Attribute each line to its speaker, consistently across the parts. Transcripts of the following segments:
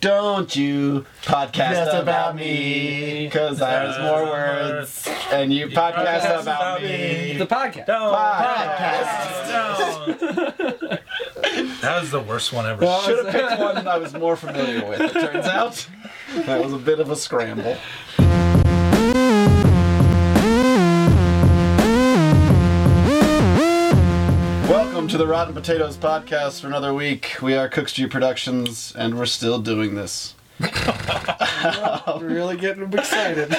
Speaker 1: Don't you podcast
Speaker 2: That's
Speaker 1: about
Speaker 2: about
Speaker 1: me,
Speaker 2: me.
Speaker 1: because there's more words, and you podcast
Speaker 3: podcast
Speaker 1: about
Speaker 3: about
Speaker 1: me.
Speaker 3: me.
Speaker 2: The podcast.
Speaker 3: Don't
Speaker 1: Podcast.
Speaker 3: podcast. Don't. that was the worst one ever.
Speaker 2: Well,
Speaker 1: Should have picked one I was more familiar with, it turns out. That was a bit of a scramble. Welcome to the Rotten Potatoes podcast for another week. We are Cook Street Productions, and we're still doing this.
Speaker 2: I'm really getting excited.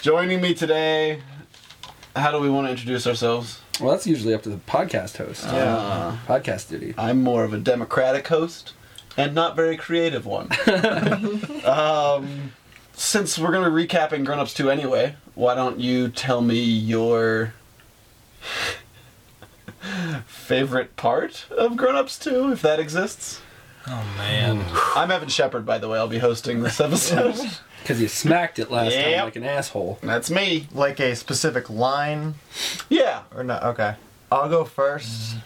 Speaker 1: Joining me today, how do we want to introduce ourselves?
Speaker 2: well, that's usually up to the podcast host.
Speaker 1: Uh,
Speaker 2: Podcast duty.
Speaker 1: I'm more of a democratic host and not very creative one. um, since we're going to be recapping Grown Ups 2 anyway, why don't you tell me your favorite part of Grown Ups 2, if that exists?
Speaker 3: Oh man.
Speaker 1: I'm Evan Shepard, by the way. I'll be hosting this episode.
Speaker 2: Because you smacked it last
Speaker 1: Yep.
Speaker 2: time like an asshole.
Speaker 1: That's me.
Speaker 4: like a specific line
Speaker 1: Yeah.
Speaker 4: or not? Okay, I'll go first.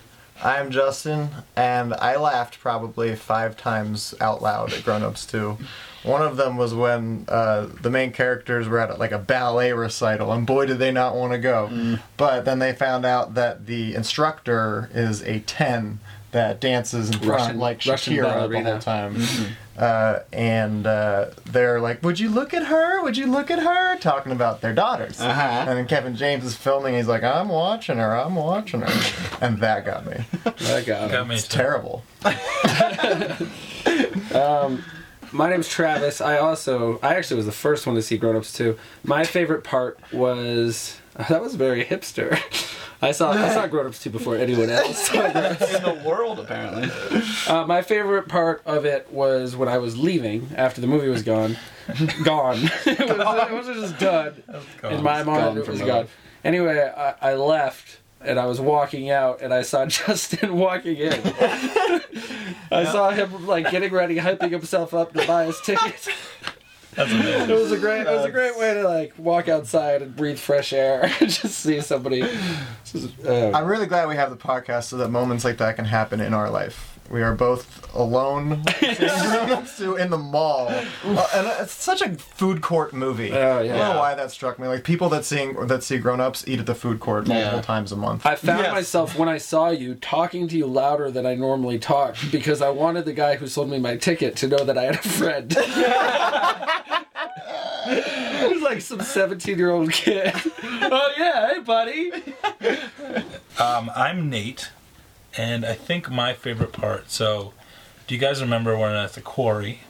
Speaker 4: I'm Justin, and I laughed probably five times out loud at Grown Ups too. One of them was when uh, the main characters were at like a ballet recital, and boy, did they not want to go.
Speaker 2: Mm.
Speaker 4: But then they found out that the instructor is a 10 that dances in front
Speaker 2: Russian-
Speaker 4: like
Speaker 2: Russian
Speaker 4: Shakira the
Speaker 2: ballerina. Mm-hmm.
Speaker 4: whole time. Uh, and uh, they're like, Would you look at her? Would you look at her? Talking about their daughters.
Speaker 1: Uh-huh.
Speaker 4: And then Kevin James is filming. He's like, I'm watching her. I'm watching her. And that got me.
Speaker 2: I got
Speaker 3: Got
Speaker 2: him.
Speaker 3: me
Speaker 4: It's
Speaker 3: too.
Speaker 4: terrible.
Speaker 2: My name's Travis. I also, I actually was the first one to see Grown Ups too. My favorite part was that was very hipster. I saw I saw Grown Ups 2 before anyone else.
Speaker 1: In the world, apparently.
Speaker 2: Uh, my favorite part of it was when I was leaving after the movie was gone. gone. it, was, it was just done.
Speaker 3: Gone.
Speaker 2: In my mind,
Speaker 1: gone
Speaker 2: it
Speaker 1: for
Speaker 2: was
Speaker 1: my
Speaker 2: gone.
Speaker 1: life.
Speaker 2: Anyway, I, I left and I was walking out and I saw Justin walking in. I saw him like getting ready, hyping himself up to buy his ticket.
Speaker 3: That's
Speaker 2: It
Speaker 3: amazing.
Speaker 2: was a great, it
Speaker 1: Uh,
Speaker 2: was a great way to like walk outside and breathe fresh air and just see somebody. Just, uh,
Speaker 4: I'm really glad we have the podcast so that moments like that can happen in our life. We are both alone to in the mall, Uh, and it's such a food court movie.
Speaker 2: Oh, yeah.
Speaker 4: I don't know why that struck me. Like people that seeing that see grown ups eat at the food court multiple
Speaker 1: Yeah.
Speaker 4: times a month.
Speaker 2: I found
Speaker 1: Yes.
Speaker 2: myself when I saw you talking to you louder than I normally talk because I wanted the guy who sold me my ticket to know that I had a friend. it was like some 17 year old kid. oh, yeah, hey, buddy.
Speaker 3: Um, I'm Nate, and I think my favorite part. So, do you guys remember when at the quarry,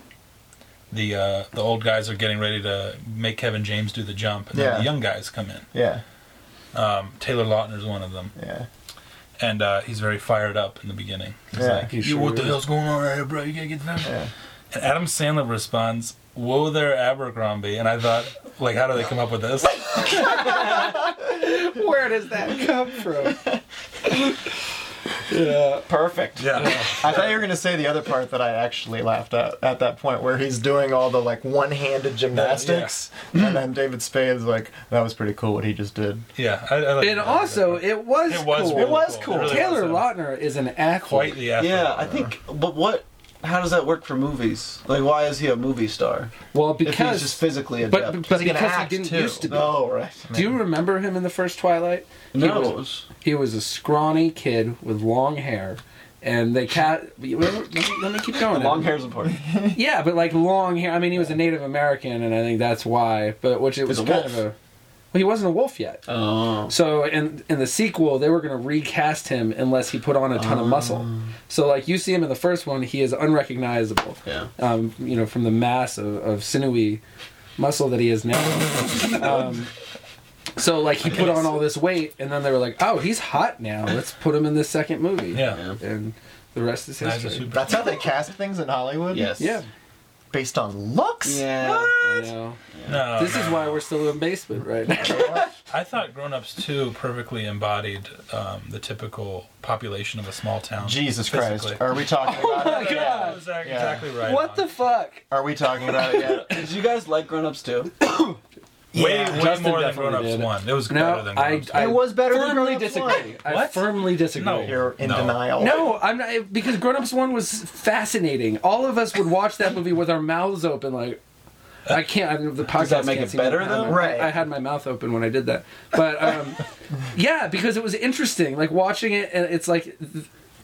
Speaker 3: the uh, the old guys are getting ready to make Kevin James do the jump, and then
Speaker 4: Yeah.
Speaker 3: the young guys come in.
Speaker 4: yeah,
Speaker 3: Um, Taylor Lautner's one of them,
Speaker 4: yeah.
Speaker 3: and uh, he's very fired up in the beginning. He's
Speaker 4: Yeah.
Speaker 3: like,
Speaker 2: He
Speaker 3: "You
Speaker 2: sure
Speaker 3: what the
Speaker 2: is.
Speaker 3: hell's going on right here, bro? You gotta get them."
Speaker 4: Yeah.
Speaker 3: And Adam Sandler responds, "Whoa there, Abercrombie," and I thought, like, how do they come up with this?
Speaker 2: Where does that come from? yeah.
Speaker 1: Perfect.
Speaker 3: yeah.
Speaker 4: I thought you were gonna say the other part that I actually laughed at at that point where he's doing all the like one-handed gymnastics, and then David Spade's like, "That was pretty cool what he just did."
Speaker 3: Yeah, I, I like
Speaker 2: And
Speaker 3: that.
Speaker 2: also, it was
Speaker 3: it was
Speaker 2: cool.
Speaker 3: really
Speaker 1: It was cool.
Speaker 3: It really
Speaker 2: Taylor
Speaker 3: was.
Speaker 2: Lautner is an athlete.
Speaker 3: quite the athlete.
Speaker 1: Yeah, I think, but what, how does that work for movies? Like, why is he a movie star?
Speaker 2: Well,
Speaker 1: If he's
Speaker 2: because.
Speaker 1: just physically adept.
Speaker 2: but but
Speaker 4: he gonna
Speaker 2: because he
Speaker 4: act,
Speaker 2: didn't
Speaker 4: too?
Speaker 2: used to be.
Speaker 1: Oh, right.
Speaker 2: Do you remember him in the first Twilight? He was- He was a scrawny kid with long hair, and they cat. Let me, let me keep going.
Speaker 1: Long hair is important.
Speaker 2: Yeah, but like long hair. I mean, he was a Native American, and I think that's why. But which it was
Speaker 1: a
Speaker 2: kind
Speaker 1: wolf.
Speaker 2: of a. Well, he wasn't a wolf yet.
Speaker 1: Oh.
Speaker 2: So in in the sequel, they were going to recast him unless he put on a
Speaker 1: Ah.
Speaker 2: ton of muscle. So like you see him in the first one, he is unrecognizable.
Speaker 1: Yeah.
Speaker 2: Um, you know, from the mass of, of sinewy muscle that he is now. um, so like he put on all this weight, and then they were like, "Oh, he's hot now. Let's put him in the second movie."
Speaker 3: Yeah.
Speaker 2: And the rest is
Speaker 3: Knives of
Speaker 2: history.
Speaker 3: Super-
Speaker 4: That's how they cast things in Hollywood.
Speaker 1: Yes.
Speaker 2: Yeah.
Speaker 4: based on looks. Ah.
Speaker 1: Yeah.
Speaker 2: I know.
Speaker 3: No,
Speaker 2: This
Speaker 3: no.
Speaker 2: is why we're still in basement right now.
Speaker 3: I thought Grown Ups 2 perfectly embodied um, the typical population of a small town.
Speaker 4: Jesus
Speaker 3: physically.
Speaker 4: Christ, are we talking about
Speaker 2: my
Speaker 4: it?
Speaker 2: God.
Speaker 3: Yeah, that was ac-
Speaker 4: Yeah.
Speaker 3: exactly right.
Speaker 2: what the fuck?
Speaker 4: Are we talking about it yet?
Speaker 1: Did you guys like Grown Ups too?
Speaker 2: Yeah,
Speaker 3: way, way
Speaker 2: Justin
Speaker 3: more than
Speaker 2: definitely
Speaker 3: Grown Ups
Speaker 2: did.
Speaker 3: 1. It was better
Speaker 2: No,
Speaker 3: than Grown
Speaker 2: I,
Speaker 3: Ups
Speaker 2: I
Speaker 4: It was better than
Speaker 2: firmly
Speaker 4: Grown Ups
Speaker 2: disagree.
Speaker 4: one.
Speaker 2: I
Speaker 3: What?
Speaker 2: firmly disagree.
Speaker 4: You're in
Speaker 3: No.
Speaker 4: denial.
Speaker 2: No, I'm not because Grown Ups One was fascinating. All of us would watch that movie with our mouths open, like I can't. I don't know, the podcast
Speaker 1: that make
Speaker 2: can't
Speaker 1: it
Speaker 2: see me.
Speaker 1: better,
Speaker 2: I had
Speaker 1: though?
Speaker 2: my-
Speaker 4: Right.
Speaker 2: I had my mouth open when I did that, but um, yeah, because it was interesting. Like watching it, and it's like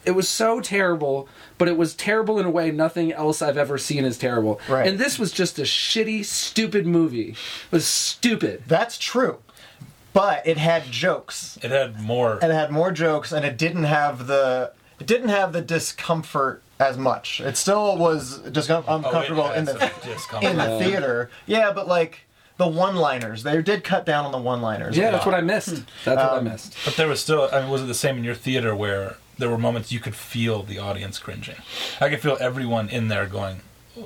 Speaker 2: it was so terrible, but it was terrible in a way nothing else I've ever seen is terrible.
Speaker 4: Right.
Speaker 2: And this was just a shitty, stupid movie. It was stupid.
Speaker 4: That's true. But it had jokes.
Speaker 3: It had more.
Speaker 4: And it had more jokes and it didn't have the it didn't have the discomfort as much. It still was discom-
Speaker 3: Oh, it
Speaker 4: uncomfortable
Speaker 3: had
Speaker 4: in the
Speaker 3: some discomfort.
Speaker 4: in the theater. Yeah, but like the one-liners. They did cut down on the one-liners.
Speaker 2: Yeah, that's what I missed. That's what I
Speaker 4: Um,
Speaker 2: missed.
Speaker 3: But there was still, I mean, was it the same in your theater where there were moments you could feel the audience cringing? I could feel everyone in there going,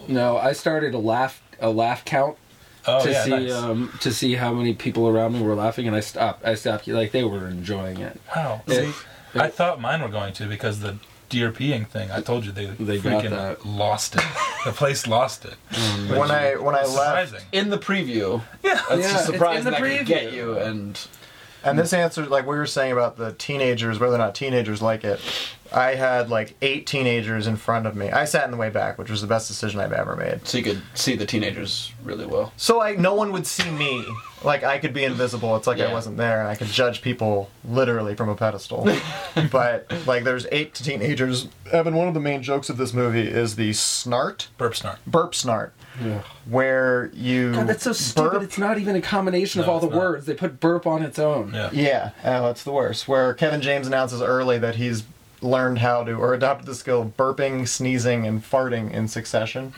Speaker 2: No, I started a laugh a laugh count
Speaker 3: oh,
Speaker 2: to
Speaker 3: yeah,
Speaker 2: see
Speaker 3: nice.
Speaker 2: um, to see how many people around me were laughing, and I stopped. I stopped. Like they were enjoying it.
Speaker 3: wow.
Speaker 2: it-
Speaker 3: see, I thought mine were going to because the DRPing thing, I told you they,
Speaker 2: They got
Speaker 3: freaking
Speaker 2: that.
Speaker 3: lost it. the place lost it.
Speaker 4: When I when I left
Speaker 3: Surprising.
Speaker 1: in the preview.
Speaker 3: Yeah.
Speaker 1: That's
Speaker 2: Yeah,
Speaker 1: a
Speaker 2: it's
Speaker 1: surprise
Speaker 2: in the
Speaker 1: that could get
Speaker 2: preview.
Speaker 1: you. And
Speaker 4: And this answer, like we were saying about the teenagers, whether or not teenagers like it, I had like eight teenagers in front of me. I sat in the way back, which was the best decision I've ever made.
Speaker 1: so you could see the teenagers really well.
Speaker 4: So like no one would see me. Like I could be invisible. It's like
Speaker 1: Yeah.
Speaker 4: I wasn't there, and I could judge people literally from a pedestal. but like there's eight teenagers. Evan, one of the main jokes of this movie is the snart,
Speaker 3: Burp snark.
Speaker 4: burp snart, where you
Speaker 2: God, that's so stupid.
Speaker 4: burp-
Speaker 2: It's not even a combination of
Speaker 3: No,
Speaker 2: all the
Speaker 3: it's not.
Speaker 2: words. They put burp on its own.
Speaker 3: Yeah.
Speaker 4: Yeah, oh, that's the worst. Where Kevin James announces early that he's learned how to or adopted the skill of burping, sneezing, and farting in succession.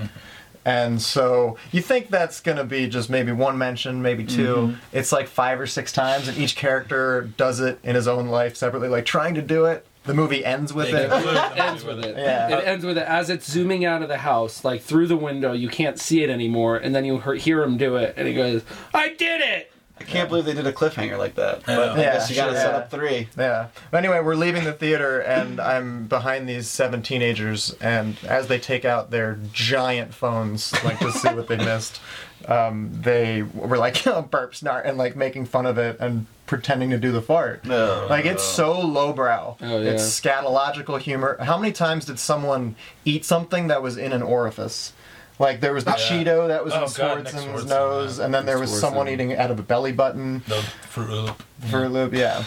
Speaker 4: And so you think that's going to be just maybe one mention, maybe 2 It's like five or six times, and each character does it in his own life separately, like trying to do it. The movie ends with
Speaker 3: They
Speaker 4: it.
Speaker 3: conclude the movie
Speaker 2: Ends with it.
Speaker 4: Yeah.
Speaker 2: It ends with it as it's zooming out of the house, like through the window. You can't see it anymore, and then you hear, hear him do it, and he goes, "I did it."
Speaker 1: I can't believe they did a cliffhanger like that.
Speaker 3: I
Speaker 1: But
Speaker 3: know.
Speaker 1: I guess you
Speaker 4: Yeah,
Speaker 1: gotta
Speaker 4: sure.
Speaker 1: set up three.
Speaker 4: Yeah. But anyway, we're leaving the theater, and I'm behind these seven teenagers, and as they take out their giant phones, like to see what they missed, um, they were like oh, burp snart and like making fun of it and pretending to do the fart.
Speaker 1: No.
Speaker 4: Like it's so lowbrow.
Speaker 2: Oh, yeah.
Speaker 4: It's scatological humor. How many times did someone eat something that was in an orifice? Like there was the Cheeto that was
Speaker 3: Oh,
Speaker 4: in
Speaker 3: God, Nick
Speaker 4: Swartzen's
Speaker 3: Swartzen,
Speaker 4: nose,
Speaker 3: yeah.
Speaker 4: and then there was someone
Speaker 2: Swartzen.
Speaker 4: eating out of a belly button.
Speaker 3: The Fruit Loop.
Speaker 4: For a Loop, yeah.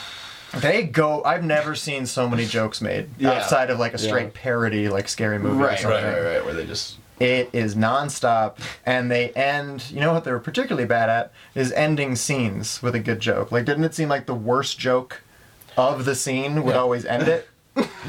Speaker 4: They go. I've never seen so many jokes made
Speaker 1: Yeah.
Speaker 4: outside of like a straight
Speaker 2: Yeah.
Speaker 4: parody, like scary movie. or
Speaker 1: Right, right,
Speaker 4: something.
Speaker 1: right, right. Where they just
Speaker 4: It is nonstop, and they end. You know what they were particularly bad at is ending scenes with a good joke. Like, didn't it seem like the worst joke of the scene would always end it?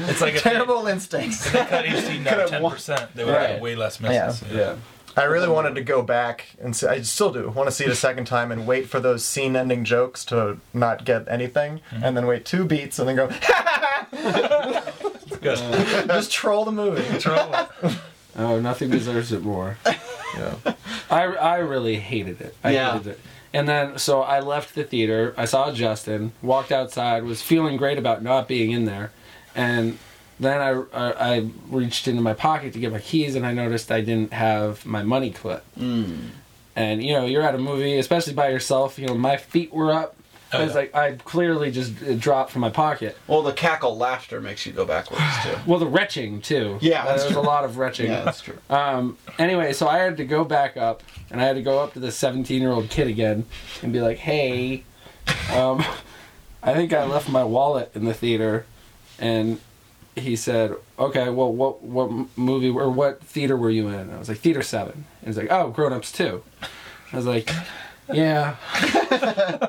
Speaker 3: It's like a
Speaker 4: Terrible instincts.
Speaker 3: They cut each scene down 10%. They would have
Speaker 1: Right.
Speaker 3: had way less misses.
Speaker 4: Yeah.
Speaker 1: yeah.
Speaker 4: I really wanted to go back and see, I still do want to see it a second time and wait for those scene-ending jokes to not get anything, and then wait two beats and then go
Speaker 3: It's good.
Speaker 4: just troll the movie.
Speaker 3: Troll.
Speaker 2: Oh, nothing deserves it more. I, I really hated it. I
Speaker 1: Yeah.
Speaker 2: hated it. And then, so I left the theater. I saw Justin, walked outside, was feeling great about not being in there. And then I, I, I reached into my pocket to get my keys, and I noticed I didn't have my money clip.
Speaker 1: Hmm.
Speaker 2: And, you know, you're at a movie, especially by yourself. You know, my feet were up.
Speaker 3: Oh,
Speaker 2: I was
Speaker 3: yeah.
Speaker 2: like, I clearly just it dropped from my pocket.
Speaker 1: Well, the cackle laughter makes you go backwards too.
Speaker 2: Well, the retching, too.
Speaker 1: Yeah,
Speaker 2: Uh,
Speaker 1: that's
Speaker 2: There was a lot of retching.
Speaker 1: Yeah, that's true.
Speaker 2: Um, anyway, so I had to go back up, and I had to go up to the 17 year old kid again and be like, hey, um, I think I left my wallet in the theater. And he said, okay, well, what, what m- movie or what theater were you in? And I was like, Theater 7. And he's like, oh, Grown Ups 2. I was like, yeah.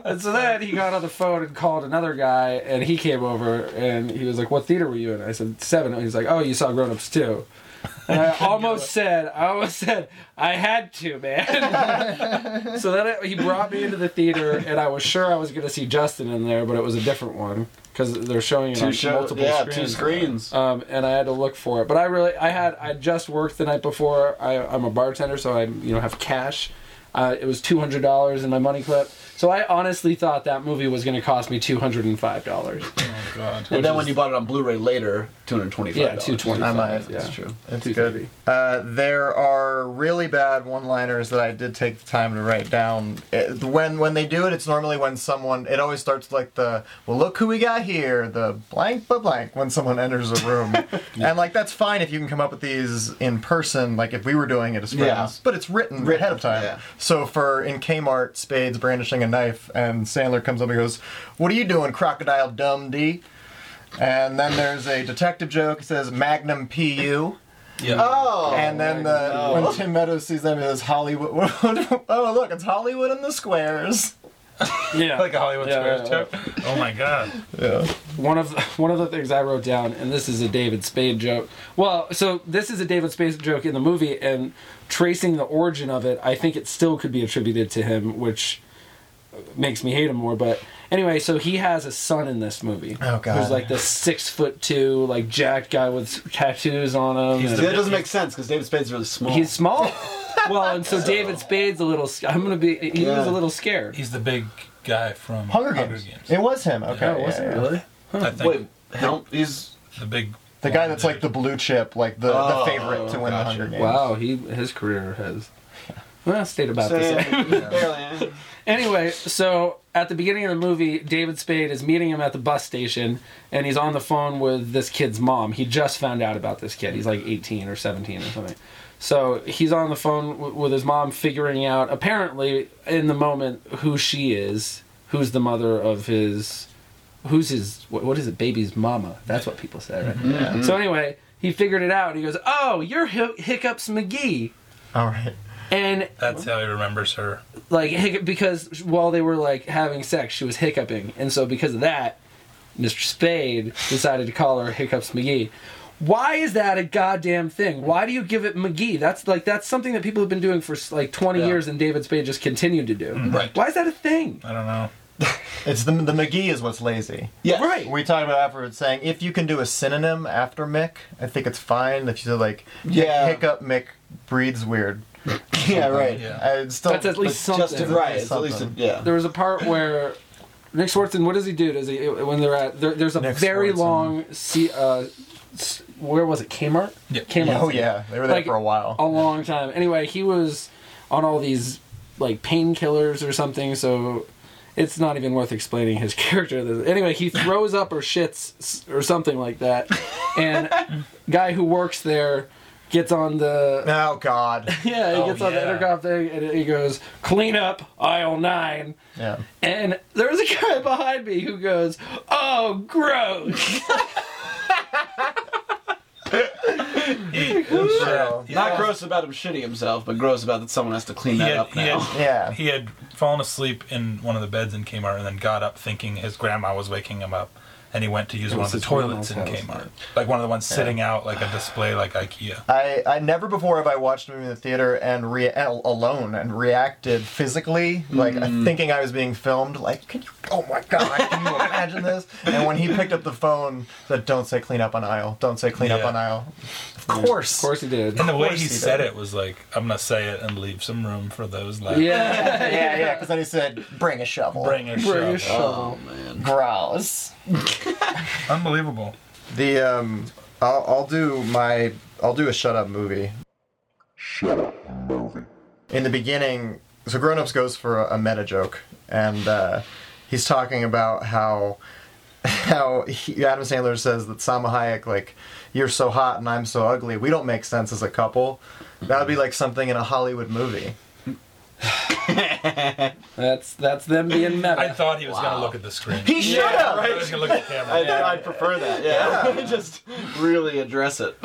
Speaker 2: and so then he got on the phone and called another guy, and he came over and he was like, What theater were you in? I said, Seven. And he's like, Oh, you saw Grown Ups too. And I almost said, I almost said, I had to, man. so then I, he brought me into the theater, and I was sure I was going to see Justin in there, but it was a different one because they're showing it
Speaker 1: Two
Speaker 2: on
Speaker 1: show,
Speaker 2: multiple
Speaker 1: yeah,
Speaker 2: screens.
Speaker 1: two screens.
Speaker 2: Um, and I had to look for it. But I really, I had, I just worked the night before. I, I'm a bartender, so I, you know, have cash. Uh, it was two hundred dollars in my money clip. So I honestly thought that movie was going to cost me two hundred and five dollars.
Speaker 3: God.
Speaker 1: And then
Speaker 2: is-
Speaker 1: when you bought it on Blu-ray later, two hundred twenty-five.
Speaker 2: Yeah, two twenty.
Speaker 4: I might.
Speaker 2: Yeah,
Speaker 4: It's true. It's
Speaker 2: Two
Speaker 4: good.
Speaker 2: thirty.
Speaker 4: Uh, there are really bad one-liners that I did take the time to write down. It- when when they do it, it's normally when someone. It always starts like the well, look who we got here. The blank, but blank. When someone enters a room, and like that's fine if you can come up with these in person. Like if we were doing it as friends,
Speaker 1: Yeah.
Speaker 4: but it's written,
Speaker 1: Written,
Speaker 4: ahead of time.
Speaker 1: Mm, yeah.
Speaker 4: So for in Kmart, Spades brandishing a knife, and Sandler comes up and goes, "What are you doing, crocodile dumb D?" And then there's a detective joke. It says Magnum PU.
Speaker 3: Yeah.
Speaker 1: Oh,
Speaker 4: and then the, when Tim Meadows sees them, it says Hollywood. oh, look, it's Hollywood in the squares.
Speaker 2: Yeah.
Speaker 3: like a Hollywood
Speaker 2: Yeah,
Speaker 3: Squares
Speaker 2: yeah,
Speaker 3: joke. Oh my God.
Speaker 4: Yeah.
Speaker 2: One of one of the things I wrote down, and this is a David Spade joke. Well, so this is a David Spade joke in the movie, and tracing the origin of it, I think it still could be attributed to him, which makes me hate him more. But anyway, so he has a son in this movie,
Speaker 4: Oh, God.
Speaker 2: who's like this six foot two, like jacked guy with tattoos on him.
Speaker 3: He's
Speaker 2: and-
Speaker 1: See, that doesn't make sense because David Spade's really small.
Speaker 2: He's small. well, and so, David Spade's a little. sc- I'm gonna be. He was
Speaker 1: Yeah.
Speaker 2: a little scared.
Speaker 3: He's the big guy from
Speaker 4: Hunger Games. It was him. Okay.
Speaker 2: Oh, was
Speaker 4: yeah,
Speaker 2: it
Speaker 4: yeah.
Speaker 2: really?
Speaker 3: I think
Speaker 1: wait. Helm, he's
Speaker 3: the big.
Speaker 4: The guy that's like the blue chip, like the,
Speaker 1: Oh,
Speaker 4: the favorite to
Speaker 3: gotcha.
Speaker 4: win the Hunger Games.
Speaker 2: Wow, he his career has. Well, stayed about the same.
Speaker 1: Sam, barely.
Speaker 2: Anyway, so at the beginning of the movie, David Spade is meeting him at the bus station, and he's on the phone with this kid's mom. He just found out about this kid. He's like 18 or 17 or something. So he's on the phone w- with his mom, figuring out, apparently, in the moment, who she is, who's the mother of his. Who's his. What, what is it? Baby's mama. That's what people say, right?
Speaker 4: Yeah.
Speaker 2: So anyway, he figured it out. He goes, Oh, you're Hic- Hiccups McGee.
Speaker 4: All right.
Speaker 2: And
Speaker 3: That's how he remembers her.
Speaker 2: like hic- because while they were like having sex, she was hiccuping, and so because of that, Mr. Spade decided to call her Hiccups McGee. Why is that a goddamn thing? Why do you give it McGee? That's like that's something that people have been doing for like twenty
Speaker 1: Yeah.
Speaker 2: years, and David Spade just continued to do.
Speaker 4: Mm-hmm.
Speaker 3: right.
Speaker 2: Why is that a thing?
Speaker 3: I don't know.
Speaker 4: It's the the McGee is what's lazy.
Speaker 1: Yeah.
Speaker 2: Right.
Speaker 4: We talked about afterwards saying if you can do a synonym after Mick, I think it's fine. If you said like
Speaker 1: Yeah.
Speaker 4: hiccup Mick breeds weird.
Speaker 1: Yeah. Right.
Speaker 3: Yeah.
Speaker 4: Uh, it's still
Speaker 2: That's at least
Speaker 1: But
Speaker 2: something.
Speaker 1: Just right. It's at
Speaker 4: Something.
Speaker 1: least a, yeah.
Speaker 2: There was a part where Nick Swartzen. What does he do? Does he when they're at there, there's a
Speaker 4: Nick
Speaker 2: very
Speaker 4: Swartzen.
Speaker 2: long see uh, s- where was it Kmart?
Speaker 3: Yeah.
Speaker 2: Kmart.
Speaker 4: Oh yeah, they were there
Speaker 2: Like,
Speaker 4: for a while.
Speaker 2: a long time. Anyway, he was on all these like painkillers or something, so it's not even worth explaining his character. Anyway, he throws up or shits s- or something like that, and guy who works there gets on the
Speaker 4: Oh God.
Speaker 2: yeah he
Speaker 3: Oh,
Speaker 2: gets on the
Speaker 3: yeah.
Speaker 2: intercom thing and he goes clean up aisle nine.
Speaker 4: Yeah.
Speaker 2: And there was a guy behind me who goes, "Oh, gross!"
Speaker 4: So,
Speaker 3: Yeah.
Speaker 1: Not gross about him shitting himself, but gross about that someone has to clean
Speaker 3: He
Speaker 1: that
Speaker 3: had-
Speaker 1: up
Speaker 3: he
Speaker 1: now.
Speaker 3: had-
Speaker 4: yeah.
Speaker 3: He had fallen asleep in one of the beds in Kmart and then got up thinking his grandma was waking him up. And he went to use
Speaker 2: It
Speaker 3: one
Speaker 2: was
Speaker 3: of the
Speaker 2: his grandma's
Speaker 3: toilets in
Speaker 2: house,
Speaker 3: Kmart. Like one of the ones sitting out like a display like Ikea.
Speaker 4: I, I never before have I watched a movie in the theater and re- al- alone and reacted physically, like
Speaker 1: Mm.
Speaker 4: thinking I was being filmed. Like, can you? Oh my god, can you imagine this? And when he picked up the phone, said, "Don't say clean up on aisle. Don't say clean up
Speaker 3: Yeah.
Speaker 4: on aisle." Of course.
Speaker 2: Of course he did.
Speaker 3: And the way
Speaker 4: course
Speaker 3: he,
Speaker 4: he
Speaker 3: said
Speaker 4: did.
Speaker 3: it was like, I'm gonna say it and leave some room for those left.
Speaker 2: Yeah,
Speaker 4: Yeah, yeah. Because then he said, "Bring a shovel."
Speaker 3: Bring a
Speaker 2: Bring a
Speaker 3: show.
Speaker 2: shovel.
Speaker 1: man.
Speaker 4: Gross.
Speaker 3: Unbelievable.
Speaker 4: The um, I'll, I'll do my I'll do a shut up movie.
Speaker 5: Shut up, movie.
Speaker 4: in the beginning, so Grown Ups goes for a, a meta joke, and uh, he's talking about how how he, Adam Sandler says that Salma Hayek like you're so hot and I'm so ugly. We don't make sense as a couple. That would be like something in a Hollywood movie.
Speaker 2: That's that's them being meta.
Speaker 3: I thought he was gonna look at the screen.
Speaker 4: He should have.
Speaker 3: I was gonna look at the camera.
Speaker 1: I, I'd prefer that. Yeah. Just really address it.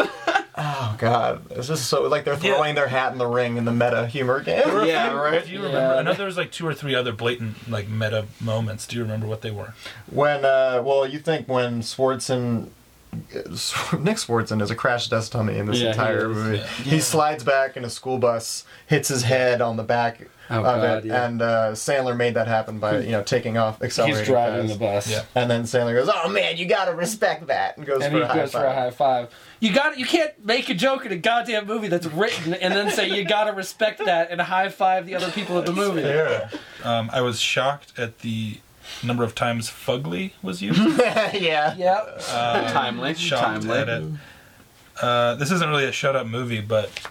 Speaker 4: Oh God, this is so like they're throwing
Speaker 3: Yeah.
Speaker 4: their hat in the ring in the meta humor game.
Speaker 1: yeah. Right.
Speaker 3: Do you remember?
Speaker 2: Yeah.
Speaker 3: I know there was like two or three other blatant like meta moments. Do you remember what they were?
Speaker 4: When uh, well, you think when Swartzen. Nick Swartzen is a crash test dummy in this
Speaker 2: Yeah, he
Speaker 4: entire
Speaker 2: is,
Speaker 4: movie.
Speaker 3: yeah.
Speaker 4: He slides back in a school bus, hits his head on the back
Speaker 2: Oh,
Speaker 4: of
Speaker 2: God,
Speaker 4: it,
Speaker 2: yeah.
Speaker 4: and uh, Sandler made that happen by you know taking off, accelerating.
Speaker 2: He's driving the
Speaker 4: fast.
Speaker 2: bus.
Speaker 3: Yeah.
Speaker 4: and then Sandler goes, "Oh man, you gotta respect that," and goes,
Speaker 2: And
Speaker 4: for,
Speaker 2: he
Speaker 4: a high
Speaker 2: goes for a high five. You got you can't make a joke in a goddamn movie that's written and then say you gotta respect that and high five the other people in the movie.
Speaker 3: Um, I was shocked at the number of times fugly was used.
Speaker 4: yeah.
Speaker 2: Yep.
Speaker 1: timely,
Speaker 3: Shocked
Speaker 1: timely.
Speaker 3: at it. Uh, this isn't really a shut up movie, but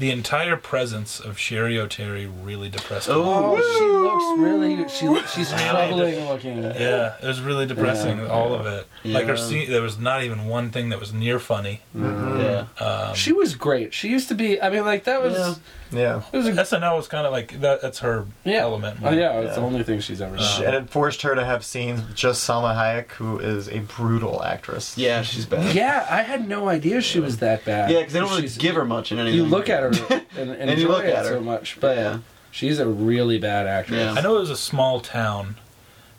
Speaker 3: the entire presence of Sherry O'Terry really depressed me.
Speaker 1: Oh,
Speaker 2: She looks really. She she's troubling looking.
Speaker 3: Yeah, it was really depressing.
Speaker 2: Yeah.
Speaker 3: all of it. Like her
Speaker 1: Yeah.
Speaker 3: scene, there was not even one thing that was near funny. Mm-hmm.
Speaker 1: yeah.
Speaker 2: She was great. She used to be. I mean, like that was.
Speaker 1: Yeah.
Speaker 4: Yeah.
Speaker 2: It was a
Speaker 3: SNL was kind of like that. That's her
Speaker 2: yeah.
Speaker 3: element.
Speaker 2: Oh yeah, it's the
Speaker 4: Yeah. Um,
Speaker 2: only thing she's ever
Speaker 3: Uh,
Speaker 2: done.
Speaker 4: And it forced her to have scenes with just Salma Hayek, who is a brutal actress.
Speaker 1: Yeah, she's bad.
Speaker 2: Yeah, I had no idea she was that bad.
Speaker 1: Yeah, because they don't really
Speaker 2: She's-
Speaker 1: give her much in anything.
Speaker 2: You look at her and, and,
Speaker 1: you
Speaker 2: enjoy
Speaker 1: look
Speaker 2: it
Speaker 1: at her.
Speaker 2: so much, but
Speaker 1: Yeah.
Speaker 2: she's a really bad actress.
Speaker 1: Yeah.
Speaker 3: I know it was a small town,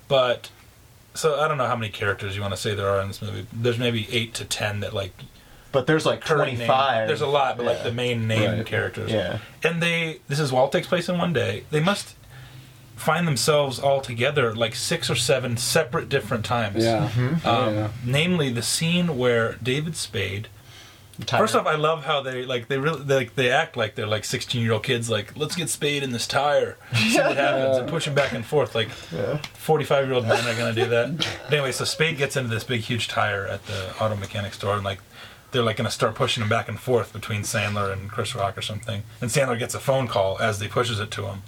Speaker 3: but so I don't know how many characters you want to say there are in this movie. There's maybe eight to ten that like
Speaker 4: But there's like
Speaker 3: current name-
Speaker 4: 25.
Speaker 3: There's a lot, but like
Speaker 4: Yeah.
Speaker 3: the main name
Speaker 2: Right.
Speaker 3: characters.
Speaker 4: Yeah.
Speaker 3: And they this is all takes place in one day. They must find themselves all together like six or seven separate different times.
Speaker 2: Yeah.
Speaker 3: Um,
Speaker 2: Yeah.
Speaker 3: Namely, the scene where David Spade. First off, I love how they like they really they, like, they act like they're like sixteen year old kids. Like, let's get Spade in this tire, see what happens, and push him back and forth. Like, forty five year old men are gonna do that. But anyway, so Spade gets into this big huge tire at the auto mechanic store, and like they're like gonna start pushing him back and forth between Sandler and Chris Rock or something. And Sandler gets a phone call as they pushes it to him,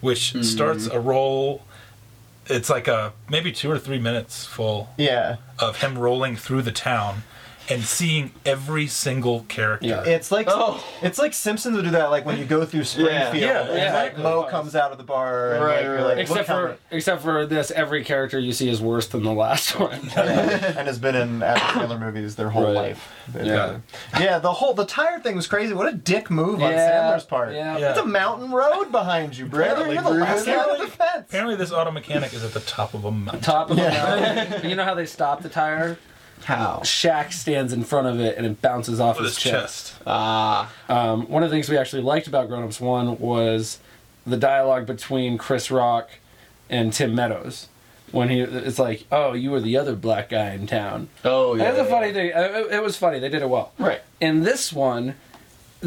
Speaker 3: which starts a roll. It's like a maybe two or three minutes full
Speaker 4: Yeah.
Speaker 3: of him rolling through the town and seeing every single character.
Speaker 2: Yeah.
Speaker 4: It's like
Speaker 1: Oh.
Speaker 4: it's like Simpsons would do that, like when you go through Springfield,
Speaker 3: Yeah,
Speaker 4: and
Speaker 3: yeah,
Speaker 4: like Mo comes out of the bar, and
Speaker 1: Right,
Speaker 4: like, you're
Speaker 1: right.
Speaker 4: like,
Speaker 2: Except
Speaker 4: "Look how
Speaker 2: for except for this, every character you see is worse than the last one.
Speaker 4: and has been in Adam Sandler movies their whole
Speaker 2: Right.
Speaker 4: life. They've
Speaker 2: Yeah.
Speaker 4: done it. yeah. The whole the tire thing was crazy. What a dick move on
Speaker 2: Yeah,
Speaker 4: Sandler's part.
Speaker 2: yeah.
Speaker 4: It's a mountain road behind you, brother.
Speaker 3: Apparently,
Speaker 4: You're the last
Speaker 3: Bruce.
Speaker 4: guy on the fence.
Speaker 3: Apparently, this auto mechanic is at the top of a mountain.
Speaker 2: Top of the mountain. You know how they stop the tire?
Speaker 1: how.
Speaker 2: Shaq stands in front of it and it bounces off
Speaker 3: With
Speaker 2: his,
Speaker 3: his
Speaker 2: chest.
Speaker 3: chest.
Speaker 1: Ah,
Speaker 2: Um, one of the things we actually liked about Grown Ups One was the dialogue between Chris Rock and Tim Meadows. When he, it's like, oh, you were the other black guy in town.
Speaker 1: oh yeah.
Speaker 2: That's a
Speaker 1: yeah,
Speaker 2: funny
Speaker 1: yeah.
Speaker 2: thing. Uh, It, it was funny. They did it well.
Speaker 1: Right.
Speaker 2: In this one,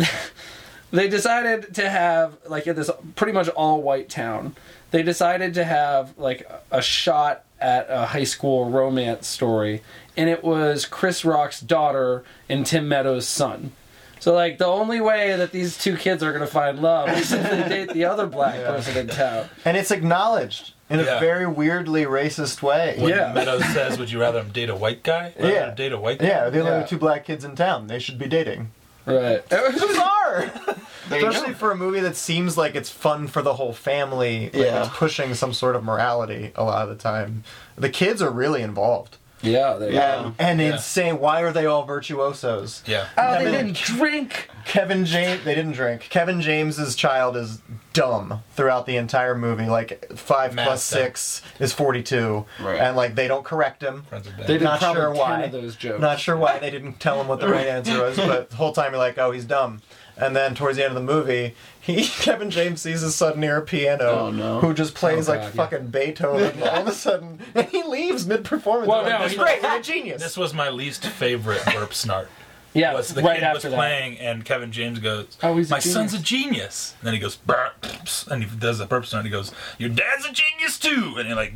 Speaker 2: they decided to have like in this pretty much all white town. They decided to have like a shot at a high school romance story, and it was Chris Rock's daughter and Tim Meadows' son. So like the only way that these two kids are gonna find love is if they date the other black person in town.
Speaker 4: And it's acknowledged in
Speaker 3: Yeah.
Speaker 4: a very weirdly racist way.
Speaker 3: When
Speaker 2: Yeah.
Speaker 3: Meadows says, "Would you rather him date a white guy? Rather
Speaker 4: Yeah.
Speaker 3: him date a white guy?"
Speaker 4: Yeah, they're the
Speaker 2: Yeah.
Speaker 4: only two black kids in town. They should be dating.
Speaker 2: Right.
Speaker 4: Bizarre!
Speaker 1: There you
Speaker 4: Especially
Speaker 1: go.
Speaker 4: for a movie that seems like it's fun for the whole family. Like
Speaker 1: Yeah.
Speaker 4: It's pushing some sort of morality a lot of the time. The kids are really involved.
Speaker 2: Yeah. They,
Speaker 1: Yeah.
Speaker 4: And, and
Speaker 3: Yeah.
Speaker 4: insane. Why are they all virtuosos?
Speaker 3: Yeah.
Speaker 2: Oh, they didn't drink.
Speaker 4: Kevin James, they didn't drink. Kevin James's child is dumb throughout the entire movie. Like five
Speaker 3: Math
Speaker 4: plus
Speaker 3: dumb.
Speaker 4: six is forty-two,
Speaker 1: Right.
Speaker 4: and like they don't correct him.
Speaker 3: Friends with
Speaker 2: They
Speaker 3: Ben.
Speaker 2: did
Speaker 4: Not
Speaker 2: probably
Speaker 4: sure why.
Speaker 2: ten of those jokes.
Speaker 4: Not sure why they didn't tell him what the right answer was, but the whole time you're like, oh, he's dumb. And then towards the end of the movie, he Kevin James sees his son near a piano,
Speaker 1: Oh, no.
Speaker 4: who just plays
Speaker 2: Oh,
Speaker 4: like
Speaker 2: God, yeah.
Speaker 4: fucking Beethoven. and all of a sudden, and he leaves mid-performance.
Speaker 2: Well,
Speaker 4: I'm like,
Speaker 2: no,
Speaker 4: that's
Speaker 2: he-
Speaker 4: great. You're a genius.
Speaker 3: This was my least favorite burp snart.
Speaker 2: yeah.
Speaker 3: Was the
Speaker 2: right
Speaker 3: kid
Speaker 2: after
Speaker 3: was
Speaker 2: that.
Speaker 3: playing, and Kevin James goes,
Speaker 2: Oh, he's a
Speaker 3: "My
Speaker 2: genius."
Speaker 3: son's a genius." And then he goes, burp, pss," and he does the burp snart. And he goes, "Your dad's a genius too." And he like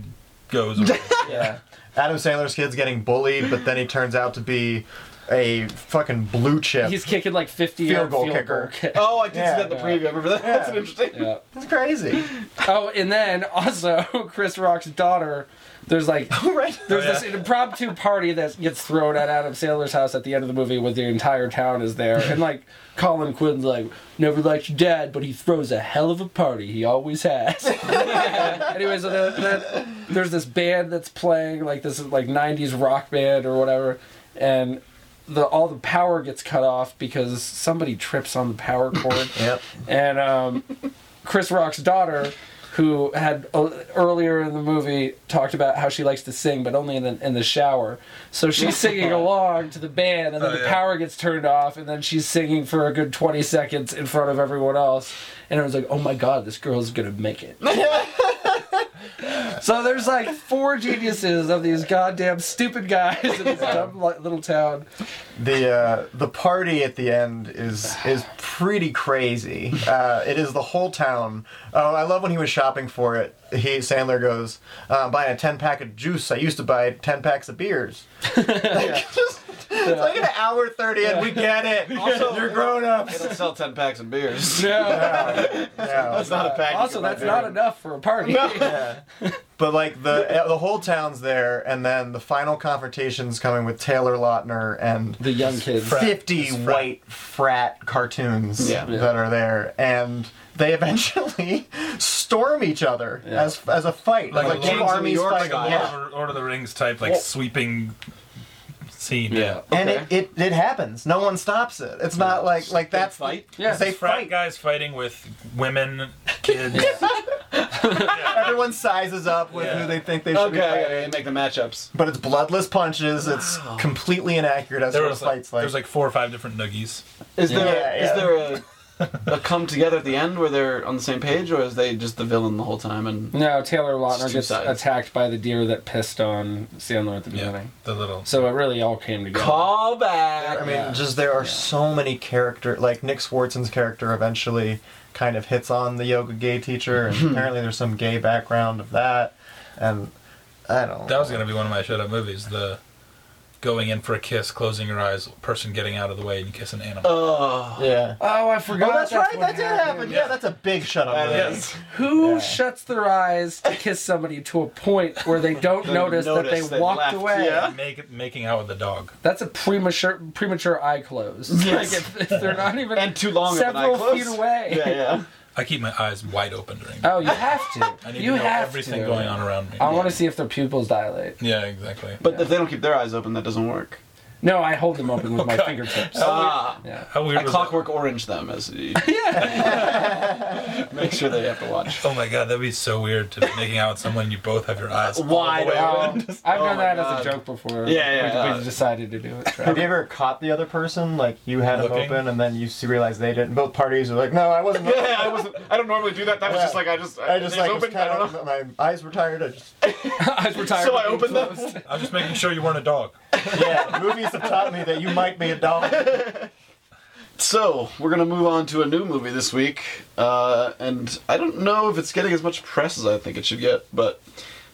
Speaker 3: goes. away.
Speaker 2: Yeah.
Speaker 4: Adam Sandler's kid's getting bullied, but then he turns out to be a fucking blue chip.
Speaker 2: He's kicking like 50
Speaker 4: Field
Speaker 2: yard
Speaker 4: goal
Speaker 2: field
Speaker 4: kicker.
Speaker 2: goal kick.
Speaker 1: Oh, I did
Speaker 4: Yeah,
Speaker 1: see that in the
Speaker 2: yeah.
Speaker 1: preview. I remember that. That's an interesting.
Speaker 2: Yeah.
Speaker 4: It's crazy.
Speaker 2: Oh, and then also Chris Rock's daughter. There's like
Speaker 4: right?
Speaker 2: there's
Speaker 3: Oh, yeah.
Speaker 2: this impromptu party that gets thrown at Adam Sandler's house at the end of the movie, where the entire town is there, and like Colin Quinn's like never liked your dad, but he throws a hell of a party. He always has. anyway, so the, the, there's this band that's playing like this is like '90s rock band or whatever, and the all the power gets cut off because somebody trips on the power cord.
Speaker 4: Yep.
Speaker 2: and um, Chris Rock's daughter, who had uh, earlier in the movie talked about how she likes to sing, but only in the in the shower. So she's singing along to the band, and then
Speaker 3: Oh,
Speaker 2: the
Speaker 3: yeah.
Speaker 2: power gets turned off, and then she's singing for a good twenty seconds in front of everyone else. And I was like, "Oh my god, this girl's gonna make it!" So there's like four geniuses of these goddamn stupid guys in this dumb li- little town.
Speaker 4: the uh, the party at the end is is pretty crazy. Uh, it is the whole town. Oh, I love when he was shopping for it. He Sandler goes uh, buying a ten pack of juice. I used to buy ten packs of beers. like, just, It's like an hour thirty, and we get it.
Speaker 1: Also-
Speaker 4: You're grown ups.
Speaker 1: It'll sell 10 packs of beers.
Speaker 2: No.
Speaker 4: Yeah.
Speaker 1: That's not a package.
Speaker 2: Also,
Speaker 1: of my
Speaker 2: that's
Speaker 1: beer.
Speaker 2: not enough for a party.
Speaker 4: But like the the whole town's there, and then the final confrontation's coming with Taylor Lautner and
Speaker 2: The young kids.
Speaker 4: 50 white frat cartoons
Speaker 1: Yeah. Yeah.
Speaker 4: that are there and they eventually storm each other
Speaker 2: Yeah.
Speaker 4: as as a fight like,
Speaker 1: Like
Speaker 4: like
Speaker 1: Kings
Speaker 4: two
Speaker 1: of New
Speaker 4: armies
Speaker 1: York
Speaker 4: fighting
Speaker 1: style.
Speaker 4: yeah.
Speaker 3: Lord, of, Lord of the Rings type, like sweeping scene.
Speaker 1: Yeah.
Speaker 4: and it, it it happens no one stops it it's not like like
Speaker 1: They
Speaker 4: that's
Speaker 1: fight?
Speaker 2: Yeah.
Speaker 4: they
Speaker 3: Frat
Speaker 4: fight
Speaker 3: guys fighting with women, kids.
Speaker 4: everyone sizes up with
Speaker 3: Yeah.
Speaker 4: who they think they should
Speaker 1: Okay,
Speaker 4: be fighting.
Speaker 1: okay, they make the matchups.
Speaker 4: but it's bloodless punches it's completely inaccurate as
Speaker 3: There
Speaker 4: to
Speaker 3: was
Speaker 4: what fights
Speaker 3: like,
Speaker 4: like,
Speaker 3: there's like four or five different noogies.
Speaker 1: Is there
Speaker 4: Yeah,
Speaker 1: is
Speaker 4: yeah.
Speaker 1: there a, a come together at the end where they're on the same page, or is they just the villain the whole time? And
Speaker 2: No, Taylor Lautner
Speaker 1: It's two
Speaker 2: gets
Speaker 1: sides.
Speaker 2: attacked by the deer that pissed on Sandler at the
Speaker 3: Yeah,
Speaker 2: beginning.
Speaker 3: the little.
Speaker 2: So it really all came together.
Speaker 1: call back.
Speaker 4: I mean, just there are so many character. Like Nick Swartzen's character eventually kind of hits on the yoga gay teacher, and apparently there's some gay background of that. And I don't.
Speaker 3: That was gonna be one of my shut up movies. The going in for a kiss, closing your eyes, person getting out of the way, and you kiss an animal.
Speaker 1: oh,
Speaker 4: Yeah.
Speaker 2: Oh, I forgot.
Speaker 4: Oh, that's, right.
Speaker 2: what
Speaker 4: That did happen. Yeah. that's a big shut up.
Speaker 1: that
Speaker 4: movie.
Speaker 1: is.
Speaker 2: Who shuts their eyes to kiss somebody to a point where they don't notice, that they
Speaker 1: notice they
Speaker 2: walked
Speaker 1: left,
Speaker 2: away?
Speaker 1: yeah.
Speaker 3: Make, making out with the dog.
Speaker 2: That's a premature premature eye close.
Speaker 1: Yes.
Speaker 2: Like if, if they're not even
Speaker 1: and too long of an
Speaker 2: several
Speaker 1: eye close.
Speaker 2: feet away.
Speaker 1: Yeah, yeah.
Speaker 3: I keep my eyes wide open during. That.
Speaker 2: Oh, you have to.
Speaker 3: I need
Speaker 2: you
Speaker 3: to know
Speaker 2: have
Speaker 3: everything
Speaker 2: to.
Speaker 3: going on around me.
Speaker 2: I want to see if their pupils dilate.
Speaker 3: Yeah, exactly.
Speaker 1: But if they don't keep their eyes open, that doesn't work.
Speaker 2: No, I hold them open with my
Speaker 3: God.
Speaker 2: fingertips.
Speaker 1: Ah,
Speaker 2: Yeah.
Speaker 3: How weird
Speaker 1: I
Speaker 3: was
Speaker 1: clockwork orange them as you make sure they have to watch.
Speaker 3: That? Oh my god, that'd be so weird to be making out with someone and you both have your eyes all the
Speaker 1: Wide
Speaker 3: way
Speaker 1: open.
Speaker 2: Um, I've
Speaker 1: Oh
Speaker 2: done
Speaker 1: my
Speaker 2: that
Speaker 1: God.
Speaker 2: as a joke before.
Speaker 1: Yeah, yeah,
Speaker 2: We,
Speaker 1: yeah.
Speaker 2: we decided to do it.
Speaker 4: Have you ever caught the other person? Like you had them
Speaker 3: Looking?
Speaker 4: open, and then you see- realize they didn't. Both parties are like, "No, I wasn't." open."
Speaker 1: I wasn't. I don't normally do that. That
Speaker 4: was just like,
Speaker 1: I just.
Speaker 4: I just like was kind of my eyes were tired. I just
Speaker 2: I was tired.
Speaker 1: So I
Speaker 2: of
Speaker 1: opened
Speaker 2: being
Speaker 1: them.
Speaker 2: closed.
Speaker 3: I'm just making sure you weren't a dog.
Speaker 4: yeah. movies have taught me that you might be a dog.
Speaker 1: So we're gonna move on to a new movie this week, uh, and I don't know if it's getting as much press as I think it should get, but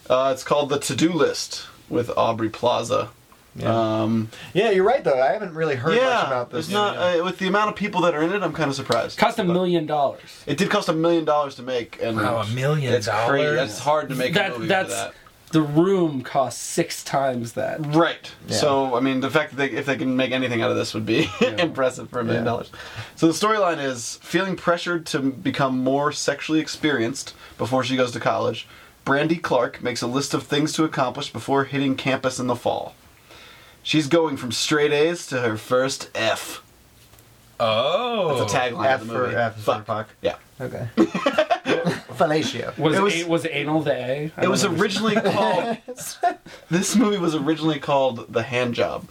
Speaker 1: uh, it's called The To Do List with Aubrey Plaza.
Speaker 4: Yeah.
Speaker 1: Um,
Speaker 4: Yeah, you're right though. I haven't really heard
Speaker 1: yeah,
Speaker 4: much about this.
Speaker 1: there's not Uh, with the amount of people that are in it. I'm kind of surprised.
Speaker 2: Cost a
Speaker 1: But
Speaker 2: million dollars.
Speaker 1: It did cost a million dollars to make, and
Speaker 3: Wow, a million
Speaker 1: It's crazy.
Speaker 3: dollars?
Speaker 1: That's hard to make a
Speaker 2: That
Speaker 1: movie
Speaker 2: that's
Speaker 1: for that.
Speaker 2: the room costs six times that.
Speaker 1: Right.
Speaker 4: Yeah.
Speaker 1: So I mean, the fact that they, if they can make anything out of this would be impressive for a million
Speaker 4: Yeah.
Speaker 1: dollars. So the storyline is feeling pressured to become more sexually experienced before she goes to college. Brandy Clark makes a list of things to accomplish before hitting campus in the fall. She's going from straight A's to her first F.
Speaker 3: Oh.
Speaker 1: That's a tagline
Speaker 4: F
Speaker 1: of the
Speaker 4: for
Speaker 1: movie.
Speaker 4: F for
Speaker 1: Fuck.
Speaker 4: fuck.
Speaker 1: Yeah.
Speaker 4: Okay. Fellatio.
Speaker 2: Was
Speaker 1: It
Speaker 2: it
Speaker 1: was-
Speaker 2: was, anal the A? I
Speaker 1: It was
Speaker 2: don't know.
Speaker 1: originally called. this movie was originally called The Hand Job.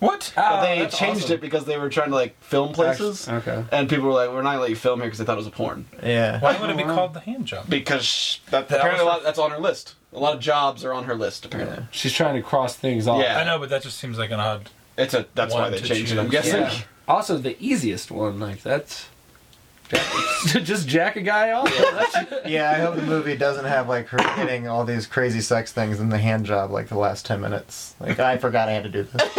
Speaker 3: What?
Speaker 1: But
Speaker 2: Oh,
Speaker 1: they
Speaker 2: that's
Speaker 1: changed
Speaker 2: awesome.
Speaker 1: it because they were trying to like film places.
Speaker 2: Okay.
Speaker 1: And people were like, "We're not gonna let you film here because they thought it was a porn."
Speaker 4: Yeah.
Speaker 3: Why would it be called the hand job?
Speaker 1: Because sh- that,
Speaker 3: That
Speaker 1: apparently,
Speaker 3: was-
Speaker 1: a lot, that's on her list. A lot of jobs are on her list. Apparently,
Speaker 2: She's trying to cross things off.
Speaker 1: Yeah.
Speaker 3: I know, but that just seems like an odd.
Speaker 1: it's a. That's why
Speaker 3: One
Speaker 1: they
Speaker 3: to
Speaker 1: changed it. I'm
Speaker 3: choose.
Speaker 1: guessing.
Speaker 2: Yeah. Also, the easiest one. Like that's just jack a guy off.
Speaker 4: Yeah, I hope the movie doesn't have like her hitting all these crazy sex things in the hand job like the last ten minutes. Like I forgot I had to do this.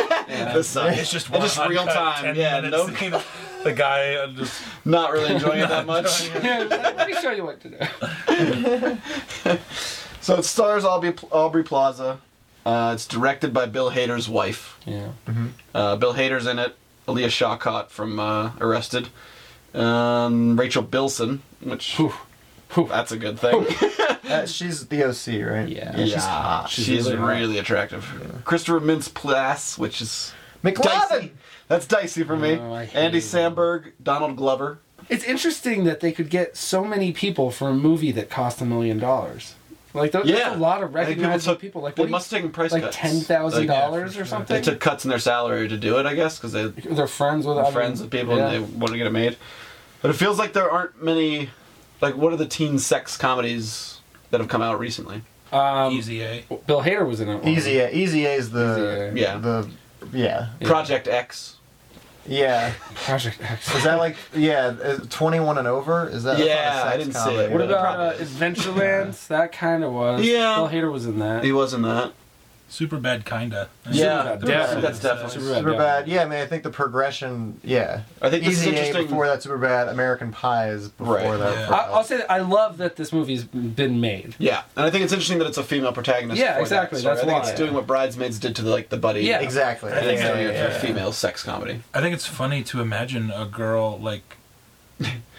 Speaker 1: This sucks.
Speaker 3: It's just
Speaker 1: And
Speaker 3: one
Speaker 1: just real
Speaker 3: uncut
Speaker 1: time.
Speaker 3: 10
Speaker 1: Yeah,
Speaker 3: minutes
Speaker 1: no-
Speaker 3: scene. The guy uh, just
Speaker 1: not really enjoying it that much.
Speaker 2: Yeah, Let me show you what to do.
Speaker 1: so it stars Aubrey, Aubrey Plaza. Uh, it's directed by Bill Hader's wife.
Speaker 2: Yeah.
Speaker 1: Uh, Bill Hader's in it. Aaliyah Shawcott from uh, Arrested. Um, Rachel Bilson, which
Speaker 2: Whew. Whew.
Speaker 1: that's a good thing.
Speaker 4: Uh, she's the OC, right?
Speaker 1: Yeah,
Speaker 2: Yeah. Yeah,
Speaker 1: she's hot. She's,
Speaker 2: She's
Speaker 1: really,
Speaker 2: really hot.
Speaker 1: attractive. Christopher Mintz Plasse, which is
Speaker 4: McLovin.
Speaker 1: dicey. That's dicey for me.
Speaker 2: Oh, I hate
Speaker 1: Andy
Speaker 2: him.
Speaker 1: Samberg, Donald Glover.
Speaker 2: It's interesting that they could get so many people for a movie that cost a million dollars. Like tho-
Speaker 1: Yeah,
Speaker 2: that's a lot of
Speaker 1: I think people
Speaker 2: recognizable people,
Speaker 1: took-
Speaker 2: Like
Speaker 1: they
Speaker 2: what do you-
Speaker 1: must have taken price
Speaker 2: like
Speaker 1: cuts.
Speaker 2: ten thousand
Speaker 3: Like,
Speaker 2: dollars
Speaker 3: yeah,
Speaker 2: or
Speaker 3: for sure.
Speaker 2: something.
Speaker 1: They took cuts in their salary to do it, I guess, because they
Speaker 2: They're friends with
Speaker 1: were
Speaker 2: other
Speaker 1: friends with people
Speaker 2: yeah.
Speaker 1: and they want to get it made. But it feels like there aren't many. Like, what are the teen sex comedies that have come out recently.
Speaker 2: Um,
Speaker 3: Easy eh? A.
Speaker 2: Bill Hader was in it. wasn't
Speaker 4: Easy
Speaker 2: he?
Speaker 4: A. Easy A is the
Speaker 1: Easy A. Yeah.
Speaker 4: the yeah
Speaker 1: Project X.
Speaker 4: yeah.
Speaker 2: Project X.
Speaker 4: Is that like yeah twenty one and over? Is that that's not a
Speaker 1: Yeah, I
Speaker 4: sex
Speaker 1: didn't see
Speaker 4: comedy,
Speaker 1: it.
Speaker 2: What
Speaker 4: but-
Speaker 2: about
Speaker 1: probably
Speaker 2: uh, Adventureland? that kind of was.
Speaker 1: Yeah.
Speaker 2: Bill Hader was in that.
Speaker 1: He was in that.
Speaker 3: Super bad, kinda.
Speaker 1: Yeah,
Speaker 2: Superbad,
Speaker 1: definitely. that's
Speaker 3: definitely.
Speaker 1: definitely.
Speaker 2: Superbad,
Speaker 4: Superbad? Yeah, I mean I think the progression. Yeah,
Speaker 1: I think this is
Speaker 4: Easy A
Speaker 1: interesting.
Speaker 4: before that Superbad, American Pies before
Speaker 1: Right.
Speaker 4: that.
Speaker 3: Yeah.
Speaker 2: I, I'll say that I love that this movie's been made.
Speaker 1: Yeah, and I think it's interesting that it's a female protagonist.
Speaker 2: Yeah,
Speaker 1: for that
Speaker 2: exactly,
Speaker 1: story.
Speaker 2: that's
Speaker 1: I think
Speaker 2: why.
Speaker 1: it's doing what Bridesmaids did to the, like the buddy.
Speaker 2: Yeah.
Speaker 4: Exactly.
Speaker 3: I
Speaker 1: And
Speaker 3: think
Speaker 1: it's
Speaker 3: so,
Speaker 1: doing it for
Speaker 3: yeah.
Speaker 1: female sex comedy.
Speaker 3: I think it's funny to imagine a girl like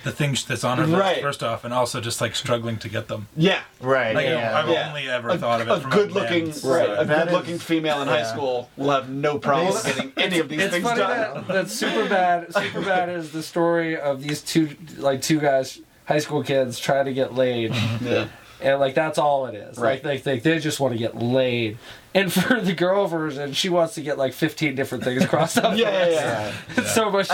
Speaker 3: the things that's on her list
Speaker 1: Right.
Speaker 3: first off, and also just like struggling to get them.
Speaker 1: Yeah.
Speaker 4: Right.
Speaker 3: Like,
Speaker 4: yeah.
Speaker 3: I've
Speaker 1: Yeah.
Speaker 3: only ever
Speaker 1: A,
Speaker 3: thought of it.
Speaker 1: a
Speaker 3: from
Speaker 1: good
Speaker 3: a
Speaker 1: looking,
Speaker 3: man's
Speaker 1: right,
Speaker 3: side.
Speaker 1: a
Speaker 4: That
Speaker 1: good looking
Speaker 4: is-
Speaker 1: female in high
Speaker 4: yeah.
Speaker 1: school will have no problem
Speaker 4: Well,
Speaker 1: getting any of these
Speaker 2: It's
Speaker 1: things
Speaker 2: funny
Speaker 1: done.
Speaker 2: that, that Superbad, Superbad is the story of these two, like two guys, high school kids, trying to get laid,
Speaker 1: Yeah.
Speaker 2: and like that's all it is.
Speaker 1: Right.
Speaker 2: Like they, they, they just want to get laid. And for the girl version, she wants to get like 15 different things crossed
Speaker 1: Yeah,
Speaker 2: up.
Speaker 1: yeah, yeah.
Speaker 2: It's so much.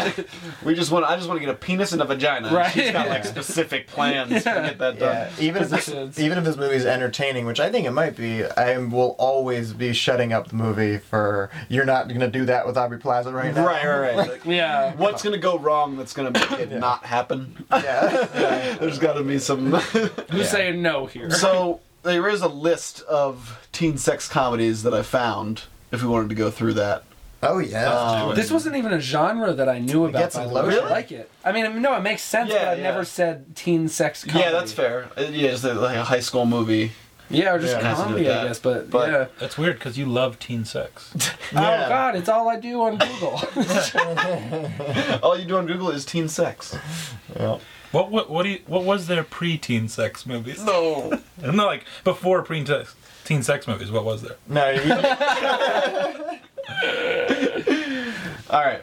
Speaker 1: We just want. I just want to get a penis and a vagina.
Speaker 2: Right.
Speaker 1: She's got like specific plans to get that done.
Speaker 4: Yeah, even if this,
Speaker 2: Positions.
Speaker 4: even if this movie's entertaining, which I think it might be, I am- will always be shutting up the movie for you're not going to do that with Aubrey Plaza right now.
Speaker 1: Right, right, right. Like,
Speaker 2: yeah.
Speaker 1: what's gonna go wrong that's gonna make it not happen?
Speaker 4: Yeah.
Speaker 1: There's got to be some.
Speaker 2: Who's saying no here?
Speaker 1: so there is a list of teen sex comedies that I found. If we wanted to go through that,
Speaker 4: oh yeah.
Speaker 1: Um,
Speaker 2: This wasn't even a genre that I knew about.
Speaker 4: gets
Speaker 2: By the way.
Speaker 4: loaded.
Speaker 2: I like it. I mean, I mean, no, it makes sense,
Speaker 1: Yeah,
Speaker 2: but I've
Speaker 1: yeah.
Speaker 2: never said teen sex comedy.
Speaker 1: yeah, that's fair. Uh, Yeah, it's like a high school movie.
Speaker 2: Yeah, or just
Speaker 4: Yeah, it
Speaker 1: has to do
Speaker 2: comedy,
Speaker 1: with
Speaker 2: I
Speaker 1: that.
Speaker 2: guess. But,
Speaker 1: But-
Speaker 2: yeah.
Speaker 3: That's weird because you love teen sex.
Speaker 4: Yeah.
Speaker 2: Oh God, it's all I do on Google.
Speaker 1: All you do on Google is teen sex.
Speaker 3: what what what, do you, what was their pre-teen sex movies?
Speaker 1: No.
Speaker 3: And they're like before pre-teen teen sex movies. What was there?
Speaker 4: no. You,
Speaker 1: All right.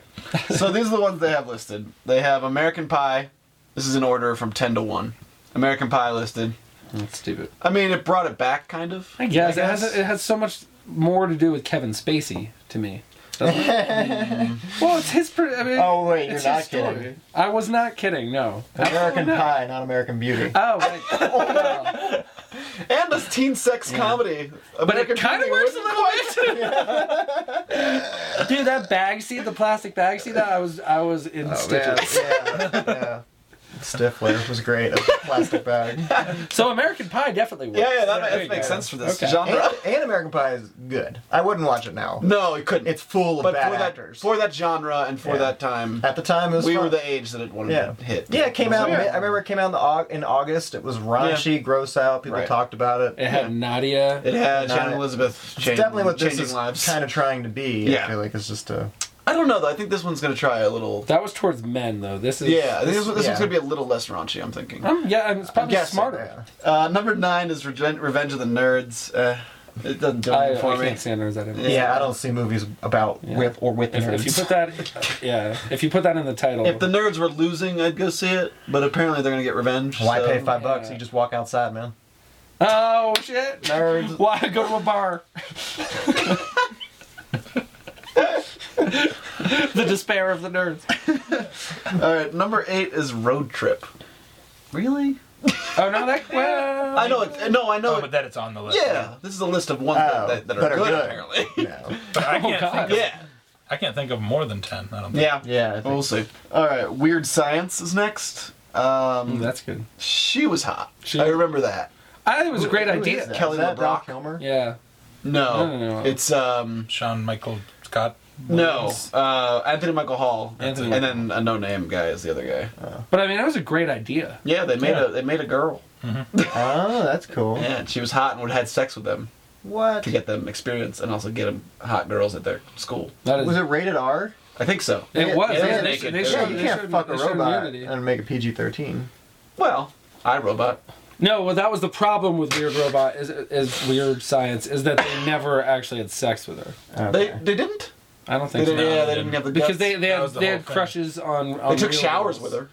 Speaker 1: So these are the ones they have listed. They have American Pie. This is in order from ten to one. American Pie listed.
Speaker 2: That's stupid.
Speaker 1: I mean, it brought it back, kind of.
Speaker 2: I guess, It, has, it has so much more to do with Kevin Spacey to me. doesn't it? well, it's his. per- I mean,
Speaker 4: oh wait, you're
Speaker 2: it's
Speaker 4: not
Speaker 2: his story.
Speaker 4: kidding.
Speaker 2: I was not kidding. No.
Speaker 4: American Pie, not American Beauty.
Speaker 1: Uh,
Speaker 2: Oh, right.
Speaker 1: and a teen sex comedy.
Speaker 2: but it kind of works a little bit. Dude, that bag seat, the plastic bag seat, that I was, I was in
Speaker 4: yeah,
Speaker 2: stitches.
Speaker 4: yeah, yeah. Stifler was great. It was a plastic bag.
Speaker 2: So American Pie definitely works.
Speaker 1: Yeah, yeah, that,
Speaker 2: There you
Speaker 1: that makes
Speaker 2: go.
Speaker 1: sense for this
Speaker 2: Okay.
Speaker 1: genre.
Speaker 4: And, and American Pie is good. I wouldn't watch it now.
Speaker 1: No, it couldn't.
Speaker 4: It's full of
Speaker 1: but
Speaker 4: bad
Speaker 1: for
Speaker 4: actors.
Speaker 1: that for that genre and for
Speaker 4: Yeah.
Speaker 1: that time,
Speaker 4: At the time, it was
Speaker 1: we
Speaker 4: fun.
Speaker 1: were the age that it wanted
Speaker 4: Yeah,
Speaker 1: to hit.
Speaker 4: Yeah, it came
Speaker 1: was
Speaker 4: out.
Speaker 1: weird.
Speaker 4: I remember it came out in, the, Au- in August. It was raunchy, gross out. People
Speaker 1: Right.
Speaker 4: talked about it.
Speaker 2: It had Nadia.
Speaker 1: It had
Speaker 4: Not
Speaker 1: Shannon
Speaker 4: it.
Speaker 1: Elizabeth
Speaker 4: It's
Speaker 1: changing,
Speaker 4: definitely what this
Speaker 1: changing
Speaker 4: is
Speaker 1: lives.
Speaker 4: kind of trying to be.
Speaker 1: Yeah.
Speaker 4: I feel like it's just a.
Speaker 1: I don't know though. I think this one's gonna try a little.
Speaker 2: that was towards men, though. This is.
Speaker 1: Yeah, I think this, this
Speaker 4: yeah.
Speaker 1: one's gonna be a little less raunchy. I'm thinking.
Speaker 2: I'm, yeah, I'm- it's probably
Speaker 4: guessing,
Speaker 2: smarter.
Speaker 1: Uh, number nine is Regen- Revenge of the Nerds. Uh, it doesn't do
Speaker 2: I,
Speaker 1: anything
Speaker 2: I
Speaker 1: for me.
Speaker 2: can't stand her as that.
Speaker 4: Yeah. I don't see movies about with or with
Speaker 2: If, if you
Speaker 4: nerds.
Speaker 2: put that, yeah, if you put that in the title,
Speaker 1: If the nerds were losing, I'd go see it. But apparently, they're gonna get revenge.
Speaker 4: Why
Speaker 1: so-
Speaker 4: pay five
Speaker 2: Yeah.
Speaker 4: bucks? You just walk outside, man.
Speaker 2: oh shit,
Speaker 4: Nerds.
Speaker 2: why go to a bar? the despair of the nerds.
Speaker 1: All right, number eight is Road Trip. Really?
Speaker 2: Oh no, that well,
Speaker 1: I know it. No, I know
Speaker 3: Oh,
Speaker 1: it.
Speaker 3: but that it's on the list.
Speaker 1: Yeah, this is a list of ones
Speaker 4: Oh,
Speaker 1: that, that, that are,
Speaker 4: that are
Speaker 1: good,
Speaker 4: good.
Speaker 1: apparently.
Speaker 4: No.
Speaker 3: But I can't
Speaker 2: God.
Speaker 3: think. Of,
Speaker 1: yeah.
Speaker 3: I can't think of more than ten. I don't think.
Speaker 1: Yeah.
Speaker 4: Yeah, I think
Speaker 1: We'll see. All right, Weird Science is next. Um,
Speaker 2: that's good.
Speaker 1: she was hot.
Speaker 2: Mm, She-
Speaker 1: I remember that.
Speaker 2: I think it was a great
Speaker 4: Who is that?
Speaker 2: idea.
Speaker 1: Kelly
Speaker 4: Is that Val
Speaker 1: LeBrock.
Speaker 4: Kilmer.
Speaker 2: Yeah,
Speaker 1: No,
Speaker 2: No, no, no.
Speaker 1: it's um,
Speaker 3: Sean Michael Scott.
Speaker 1: no, uh, Anthony Michael Hall,
Speaker 2: Anthony
Speaker 1: and then a no name guy is the other guy.
Speaker 2: but I mean, that was a great idea.
Speaker 1: yeah, they made
Speaker 3: Yeah.
Speaker 1: a they made a girl.
Speaker 4: Oh, that's cool.
Speaker 1: Yeah, and she was hot and would have had sex with them
Speaker 4: What
Speaker 1: to get them experience and also get them hot girls at their school.
Speaker 2: That is,
Speaker 4: was it? Rated R?
Speaker 1: I think so.
Speaker 2: it was.
Speaker 1: Yeah,
Speaker 2: they,
Speaker 1: they're
Speaker 2: they,
Speaker 1: naked.
Speaker 2: they
Speaker 1: They're-
Speaker 2: showed,
Speaker 4: yeah, you
Speaker 2: they
Speaker 4: can't
Speaker 2: showed,
Speaker 4: fuck
Speaker 2: they
Speaker 4: a
Speaker 2: showed
Speaker 4: robot
Speaker 2: nudity.
Speaker 4: and make it PG thirteen.
Speaker 1: Well, I Robot.
Speaker 2: No, well, that was the problem with Weird Robot is is Weird Science is that they never actually had sex with her.
Speaker 1: They they didn't.
Speaker 2: I don't
Speaker 1: They
Speaker 2: think
Speaker 1: didn't,
Speaker 2: so.
Speaker 1: yeah, they didn't
Speaker 3: they didn't.
Speaker 1: have the guts.
Speaker 2: Because they they
Speaker 3: That
Speaker 2: had,
Speaker 3: was the
Speaker 2: they
Speaker 3: whole
Speaker 2: had
Speaker 3: thing.
Speaker 2: crushes on. on
Speaker 1: They took
Speaker 2: real
Speaker 1: showers
Speaker 2: girls.
Speaker 1: with her.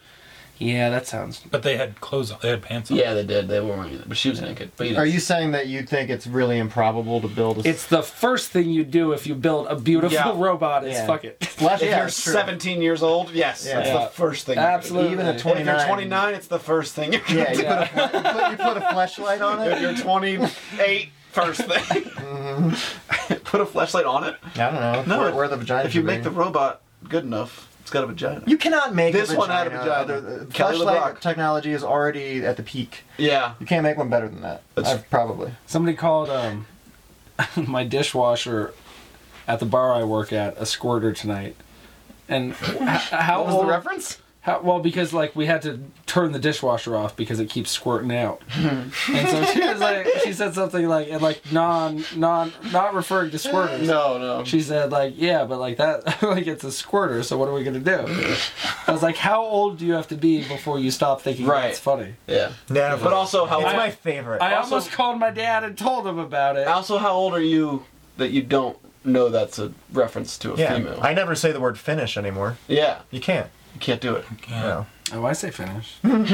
Speaker 2: Yeah, that sounds.
Speaker 3: But they had clothes on. They had pants on.
Speaker 6: Yeah, they did. They weren't, but she was naked. But you know,
Speaker 4: Are you saying that you think it's really improbable to build a
Speaker 2: It's the first thing you do if you build a beautiful
Speaker 1: Yeah.
Speaker 2: robot. Is
Speaker 4: Yeah.
Speaker 2: fuck it.
Speaker 1: Left
Speaker 4: Yeah,
Speaker 1: if you're
Speaker 4: that's true.
Speaker 1: 17 years old, yes,
Speaker 4: Yeah.
Speaker 1: that's
Speaker 2: Yeah.
Speaker 1: the first thing. you do.
Speaker 2: Absolutely.
Speaker 4: even a
Speaker 1: And if
Speaker 4: 29?
Speaker 1: you're 29, it's the first thing. You're gonna
Speaker 4: Yeah,
Speaker 1: do.
Speaker 4: you,
Speaker 2: Yeah.
Speaker 4: Put a, you put- you put a flashlight on
Speaker 1: If
Speaker 4: it.
Speaker 1: you're 28, first thing.
Speaker 4: Mm-hmm.
Speaker 1: Put a flashlight on it.
Speaker 4: I don't know.
Speaker 1: No,
Speaker 4: where,
Speaker 1: if-
Speaker 4: where the vagina.
Speaker 1: If you make the robot good enough, it's got a vagina.
Speaker 4: you cannot make
Speaker 1: This one had a vagina.
Speaker 4: The- the
Speaker 1: Kelly LeBrock.
Speaker 4: Flashlight technology is already at the peak.
Speaker 1: Yeah.
Speaker 4: You can't make one better than that.
Speaker 1: That's-
Speaker 4: I've probably.
Speaker 2: Somebody called um, my dishwasher at the bar I work at a squirter tonight. And h- how
Speaker 1: What was the
Speaker 2: old-
Speaker 1: reference?
Speaker 2: How, well, because like we had to turn the dishwasher off because it keeps squirting out, and so she was like, she said something like, and like non, non, not referring to squirters.
Speaker 1: No, no.
Speaker 2: She said like, yeah, but like that, like it's a squirter. So what are we gonna do? I was like, how old do you have to be before you stop thinking
Speaker 1: Right.
Speaker 2: that's funny?
Speaker 1: Yeah.
Speaker 4: No,
Speaker 1: But also, how
Speaker 4: it's
Speaker 1: old,
Speaker 4: my favorite.
Speaker 2: I
Speaker 1: Also-
Speaker 2: almost called my dad and told him about it.
Speaker 1: also how old are you that you don't know that's a reference to a
Speaker 4: yeah,
Speaker 1: female?
Speaker 4: I never say the word finish anymore.
Speaker 1: yeah.
Speaker 4: You can't.
Speaker 1: You can't do it.
Speaker 4: You know.
Speaker 2: Oh, I say finish. not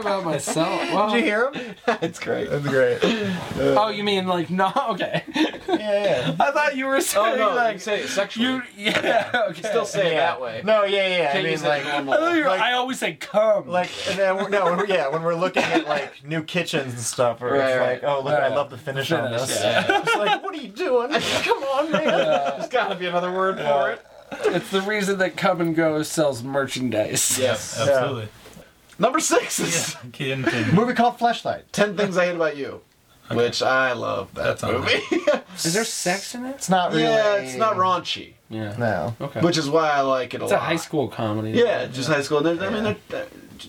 Speaker 2: about myself. Well,
Speaker 4: Did you hear him?
Speaker 1: it's great.
Speaker 4: That's great. yeah,
Speaker 2: oh, you mean like not okay?
Speaker 4: yeah.
Speaker 2: I thought you were
Speaker 1: Oh,
Speaker 2: saying
Speaker 1: no. You
Speaker 2: like
Speaker 1: can say it sexually.
Speaker 2: You yeah okay.
Speaker 1: still say it
Speaker 4: Yeah.
Speaker 1: that way.
Speaker 4: No, yeah, yeah. I
Speaker 1: Can't
Speaker 4: mean,
Speaker 1: use it
Speaker 4: like,
Speaker 1: normal.
Speaker 2: I, thought you were-
Speaker 4: Like-
Speaker 2: I always say come.
Speaker 4: like, and then we're, no, when we're, yeah, when we're looking at like new kitchens and stuff, or
Speaker 1: Right,
Speaker 4: it's
Speaker 1: right.
Speaker 4: like, oh, look, I
Speaker 2: Yeah.
Speaker 4: love the finish on
Speaker 2: Finish,
Speaker 4: this.
Speaker 1: yeah.
Speaker 4: It's like, what are you doing? Come on, man.
Speaker 1: There's got to be another word for it.
Speaker 2: it's the reason that Come and Go sells merchandise.
Speaker 1: Yes.
Speaker 3: Absolutely.
Speaker 1: Number six is
Speaker 3: Kidding, kidding.
Speaker 4: Movie called Flashlight.
Speaker 1: Ten Things I Hate About You, which I love that
Speaker 3: That's on
Speaker 1: movie.
Speaker 2: Is there sex in it?
Speaker 4: It's not really.
Speaker 1: yeah, it's not raunchy,
Speaker 2: Yeah.
Speaker 4: No.
Speaker 2: Okay.
Speaker 1: which is why I like it a
Speaker 2: it's a
Speaker 1: lot.
Speaker 2: high school comedy.
Speaker 1: Yeah, just high school. And they're- I mean, they're, they're,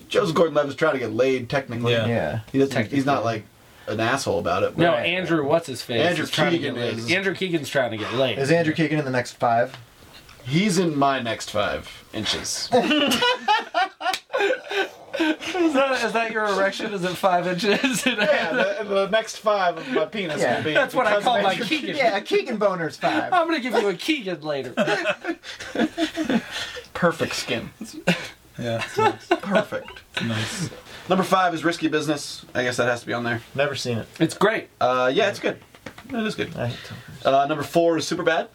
Speaker 1: Joseph Gordon-Levitt's trying to get laid technically.
Speaker 3: Yeah.
Speaker 4: Yeah.
Speaker 1: He doesn't, he's not like an asshole about it. but-
Speaker 2: No, Andrew, what's his face?
Speaker 1: Andrew
Speaker 2: is trying to get
Speaker 1: Keegan
Speaker 2: laid.
Speaker 1: is-
Speaker 2: Andrew Keegan's trying to get laid.
Speaker 4: Is Andrew Keegan in the next five?
Speaker 1: He's in my next five inches.
Speaker 2: Is that, is that your erection? Is it five inches?
Speaker 1: yeah, the, the next five of my penis
Speaker 4: Yeah.
Speaker 1: will be.
Speaker 2: That's what I
Speaker 1: because
Speaker 2: call
Speaker 1: of
Speaker 2: my
Speaker 1: Andrew-
Speaker 2: Keegan.
Speaker 4: Keegan Boner's five.
Speaker 2: I'm gonna give you a Keegan later.
Speaker 1: perfect skin.
Speaker 3: Yeah.
Speaker 1: Perfect.
Speaker 3: nice.
Speaker 1: Number five is Risky Business. I guess that has to be on there.
Speaker 4: Never seen it.
Speaker 2: It's great.
Speaker 1: Uh, yeah, it's good. It is good.
Speaker 4: I,
Speaker 1: Uh, number four is Superbad.